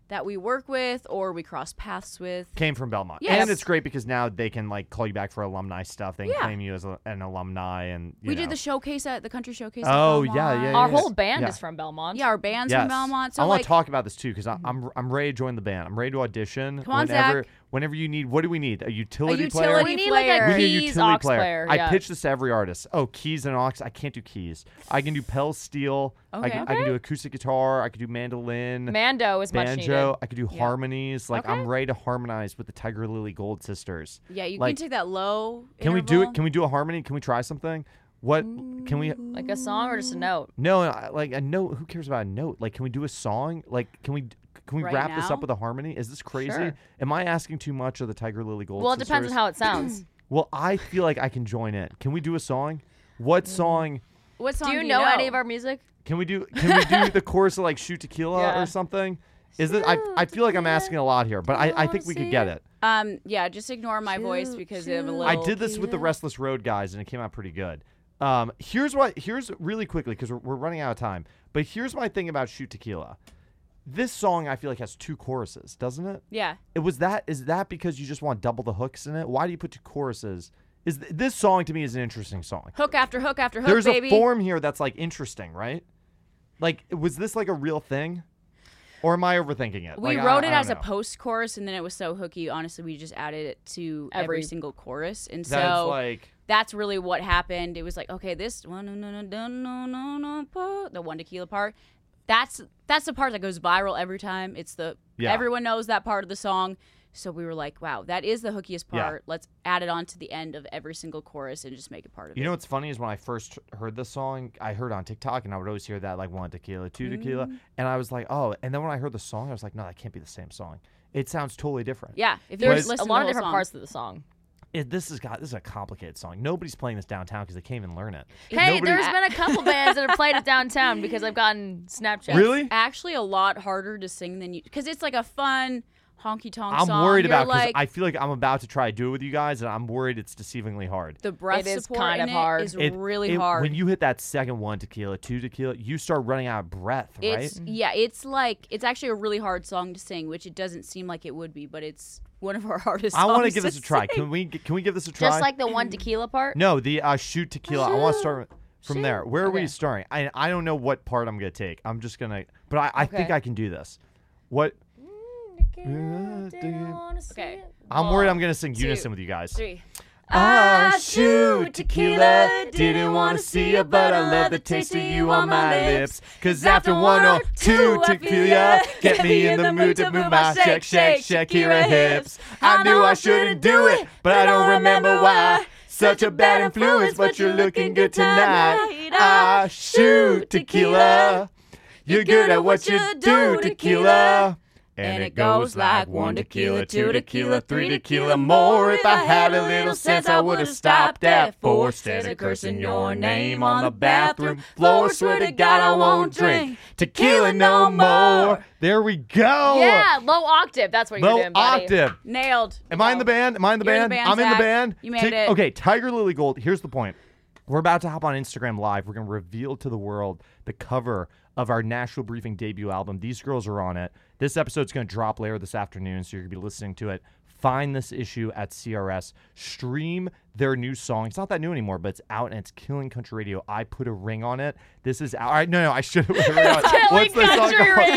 Speaker 3: that we work with or we cross paths with.
Speaker 2: Came from Belmont,
Speaker 3: Yes.
Speaker 2: and it's great because now they can like call you back for alumni stuff. They can
Speaker 3: Yeah.
Speaker 2: claim you as a, an alumni, and you
Speaker 3: we
Speaker 2: know.
Speaker 3: did the showcase at the country showcase. at
Speaker 2: Oh, yeah,
Speaker 3: Belmont.
Speaker 2: yeah,
Speaker 1: Our
Speaker 2: Yes.
Speaker 1: whole band
Speaker 2: Yeah.
Speaker 1: is from Belmont.
Speaker 3: Yeah, our bands
Speaker 2: Yes.
Speaker 3: from Belmont. So
Speaker 2: I want
Speaker 3: like, Mm-hmm.
Speaker 2: to talk about this too because I'm I'm ready to join the band. I'm ready to audition.
Speaker 3: Come on,
Speaker 2: whenever
Speaker 3: Zach.
Speaker 2: whenever you need. What do we need? A utility, player.
Speaker 3: utility
Speaker 1: We need
Speaker 3: player.
Speaker 1: like
Speaker 2: We
Speaker 1: a
Speaker 2: need a
Speaker 1: keys
Speaker 2: utility
Speaker 1: aux
Speaker 2: player.
Speaker 1: player.
Speaker 2: I
Speaker 1: yeah.
Speaker 2: pitch this to every artist. Oh, keys and aux. I can't do keys. I can do Pell steel. I, can,
Speaker 3: Okay.
Speaker 2: I can do acoustic guitar. I can do mandolin, <laughs>
Speaker 1: Mando is much needed.
Speaker 2: banjo. I could do harmonies. Like I'm ready to harmonize with the Tiger Lily Gold sisters.
Speaker 3: yeah, you
Speaker 2: like-
Speaker 3: can take that low.
Speaker 2: Can we do
Speaker 3: interval. Mm.
Speaker 2: it? Can we do a harmony? Can we try something? What can we?
Speaker 1: Like a song or just a note?
Speaker 2: No, I- like a note. Who cares about a note? Like, can we do a song? Like, can we? Can we
Speaker 3: Right
Speaker 2: wrap this
Speaker 3: now?
Speaker 2: up with a harmony? Is this crazy?
Speaker 1: Sure.
Speaker 2: Am I asking too much of the Tiger Lily Gold?
Speaker 1: Well, it depends
Speaker 2: Sisters?
Speaker 1: on how it <clears throat> sounds.
Speaker 2: Well, I feel like I can join in. Can we do a song?
Speaker 1: Mm.
Speaker 2: What song?
Speaker 3: What song
Speaker 1: do you know, any of our music?
Speaker 2: Can we do? Can we
Speaker 1: <laughs>
Speaker 2: do the chorus of like "Shoot Tequila"
Speaker 1: Yeah.
Speaker 2: or something? Is this? I, I feel like I'm asking a lot here, but I, I think we could get it.
Speaker 3: Um, yeah, just ignore my voice
Speaker 1: Shoot,
Speaker 3: because of a
Speaker 1: shoot.
Speaker 3: little.
Speaker 2: I did this with the Restless Road guys, and it came out pretty good. Um, here's what. Here's really quickly because we're, we're running out of time. But here's my thing about "Shoot Tequila." This song I feel like has two choruses, doesn't it?
Speaker 3: Yeah,
Speaker 2: It was that. Is that because you just want double the hooks in it? Why do you put two choruses? Is th- this song to me is an interesting song?
Speaker 3: hook after hook after hook,
Speaker 2: There's
Speaker 3: baby.
Speaker 2: a form here that's like interesting, right? Like, was this like a real thing, or am I overthinking it?
Speaker 3: we
Speaker 2: Like, I-
Speaker 3: wrote
Speaker 2: I
Speaker 3: it
Speaker 2: don't
Speaker 3: as a
Speaker 2: know.
Speaker 3: post chorus, and then it was so hooky. Honestly, we just added it to every,
Speaker 1: Every-
Speaker 3: single chorus, and
Speaker 2: That's
Speaker 3: so
Speaker 2: like
Speaker 3: that's really what happened. It was like, okay, this one, no, no, no, no, no, no, no, po- the one tequila part. That's that's the part that goes viral every time. It's the
Speaker 2: Yeah.
Speaker 3: everyone knows that part of the song. So we were like, wow, that is the hookiest
Speaker 2: Yeah.
Speaker 3: part. Let's add it on to the end of every single chorus and just make it part of
Speaker 2: You
Speaker 3: it.
Speaker 2: know what's funny is when I first heard this song, I heard on TikTok, and I would always hear that like one tequila, two tequila,
Speaker 3: Mm.
Speaker 2: and I was like, oh. And then when I heard the song, I was like, no, that can't be the same song. It sounds totally different.
Speaker 3: yeah, if you
Speaker 1: There's
Speaker 3: just listen
Speaker 1: a lot of
Speaker 3: to the whole
Speaker 1: different
Speaker 3: song.
Speaker 1: parts of the song.
Speaker 2: It- this has got this is a complicated song. Nobody's playing this downtown because they can't even learn it.
Speaker 1: Hey,
Speaker 2: Nobody-
Speaker 1: there's been a <laughs> couple bands that have played it downtown because I've gotten Snapchat.
Speaker 2: really.
Speaker 3: actually a lot harder to sing than you because it's like a fun honky tonk
Speaker 2: I'm
Speaker 3: song.
Speaker 2: worried
Speaker 3: You're
Speaker 2: about because
Speaker 3: like
Speaker 2: I feel like I'm about to try to do it with you guys, and I'm worried it's deceivingly hard.
Speaker 3: the breath
Speaker 1: It is
Speaker 3: support
Speaker 1: kind
Speaker 3: in
Speaker 1: of hard.
Speaker 3: It is
Speaker 2: It-
Speaker 3: really
Speaker 2: it-
Speaker 3: hard.
Speaker 2: When you hit that second one tequila, two tequila, you start running out of breath,
Speaker 3: it's
Speaker 2: right?
Speaker 3: yeah, it's like it's actually a really hard song to sing, which it doesn't seem like it would be, but it's one of our <laughs> hardest.
Speaker 2: I
Speaker 3: want
Speaker 2: want to give this a try. Can we? Can we give this a try?
Speaker 1: Just like the one tequila part.
Speaker 2: no, the uh, shoot tequila. I want to start with- from
Speaker 1: shoot.
Speaker 2: there. Where are we
Speaker 1: Okay.
Speaker 2: starting? I I don't know what part I'm gonna take. I'm just gonna, but I, I think
Speaker 1: Okay.
Speaker 2: I can do this. What?
Speaker 1: Okay.
Speaker 3: Okay.
Speaker 2: I'm worried I'm gonna sing
Speaker 3: two,
Speaker 2: unison with you guys.
Speaker 3: Three.
Speaker 2: Ah, shoot tequila. Didn't want to see you, but I love the taste of you on my lips. Cause after one or two tequila, get me in the mood to move my shake, shake, Shakira hips. I knew I shouldn't do it, but I don't remember why. Such a bad influence, but you're looking good tonight. Ah, shoot tequila. You're good at what you do, tequila. And it goes like one tequila, two tequila, three tequila more. If I had a little sense, I would have stopped at four. Instead of cursing your name on the bathroom floor, swear to God I won't drink tequila no more. There we go.
Speaker 1: Yeah, low octave. That's what you're
Speaker 2: Low
Speaker 1: doing, buddy.
Speaker 2: octave.
Speaker 3: Nailed.
Speaker 2: Am I in the band? Am I in the
Speaker 3: You're in
Speaker 2: band?
Speaker 3: the band,
Speaker 2: I'm in
Speaker 3: Zach.
Speaker 2: the band.
Speaker 3: You made
Speaker 2: Take-
Speaker 3: it.
Speaker 2: Okay, Tiger Lily Gold. Here's the point. We're about to hop on Instagram Live. We're going to reveal to the world the cover of our National Briefing debut album. These girls are on it. This episode's going to drop later this afternoon, so you're going to be listening to it. Find this issue at CRS. Stream their new song. It's not that new anymore, but it's out and it's killing country radio. I put a ring on it. This is out. All right, no, no, I should have put a ring
Speaker 3: <laughs>
Speaker 2: on it. What's the
Speaker 1: Killing
Speaker 2: song
Speaker 1: country
Speaker 2: called?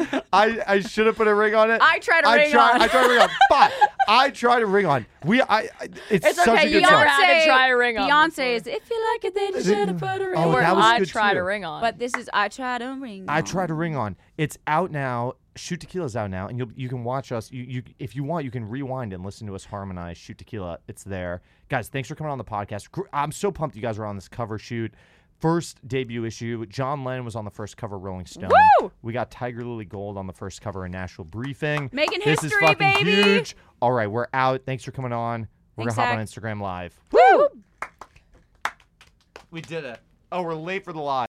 Speaker 1: radio.
Speaker 2: I, I should have put a ring on it.
Speaker 3: I tried a ring
Speaker 2: tried,
Speaker 3: on.
Speaker 2: I tried a
Speaker 3: <laughs>
Speaker 2: ring on, but I tried a ring on. We I, I it's,
Speaker 1: It's
Speaker 2: such
Speaker 1: okay,
Speaker 2: a
Speaker 1: you
Speaker 2: good
Speaker 1: don't
Speaker 2: song.
Speaker 1: have- had to try a ring on before.
Speaker 3: Beyonce is if you like it, then you should have put a
Speaker 2: <laughs>
Speaker 3: ring
Speaker 2: Oh,
Speaker 3: on.
Speaker 1: Where
Speaker 2: that was
Speaker 1: I
Speaker 2: good
Speaker 1: tried
Speaker 2: too.
Speaker 1: a ring on.
Speaker 3: But this is I tried a ring.
Speaker 2: I
Speaker 3: on.
Speaker 2: tried a ring on. It's out now. Shoot Tequila's out now, and you you can watch us. You, you if you want, you can rewind and listen to us harmonize Shoot Tequila. It's there, guys. Thanks for coming on the podcast. Gr- I'm so pumped you guys are on this cover shoot. First debut issue. John Lennon was on the first cover. of Rolling Stone.
Speaker 3: Woo!
Speaker 2: We got Tiger Lily Gold on the first cover of National Briefing.
Speaker 3: Making
Speaker 2: this
Speaker 3: history,
Speaker 2: is fucking
Speaker 3: baby!
Speaker 2: huge. All right, we're out. Thanks for coming on. We're
Speaker 3: Thanks,
Speaker 2: gonna hop on
Speaker 3: Zach.
Speaker 2: Instagram Live.
Speaker 3: Woo!
Speaker 2: We did it. Oh, we're late for the live.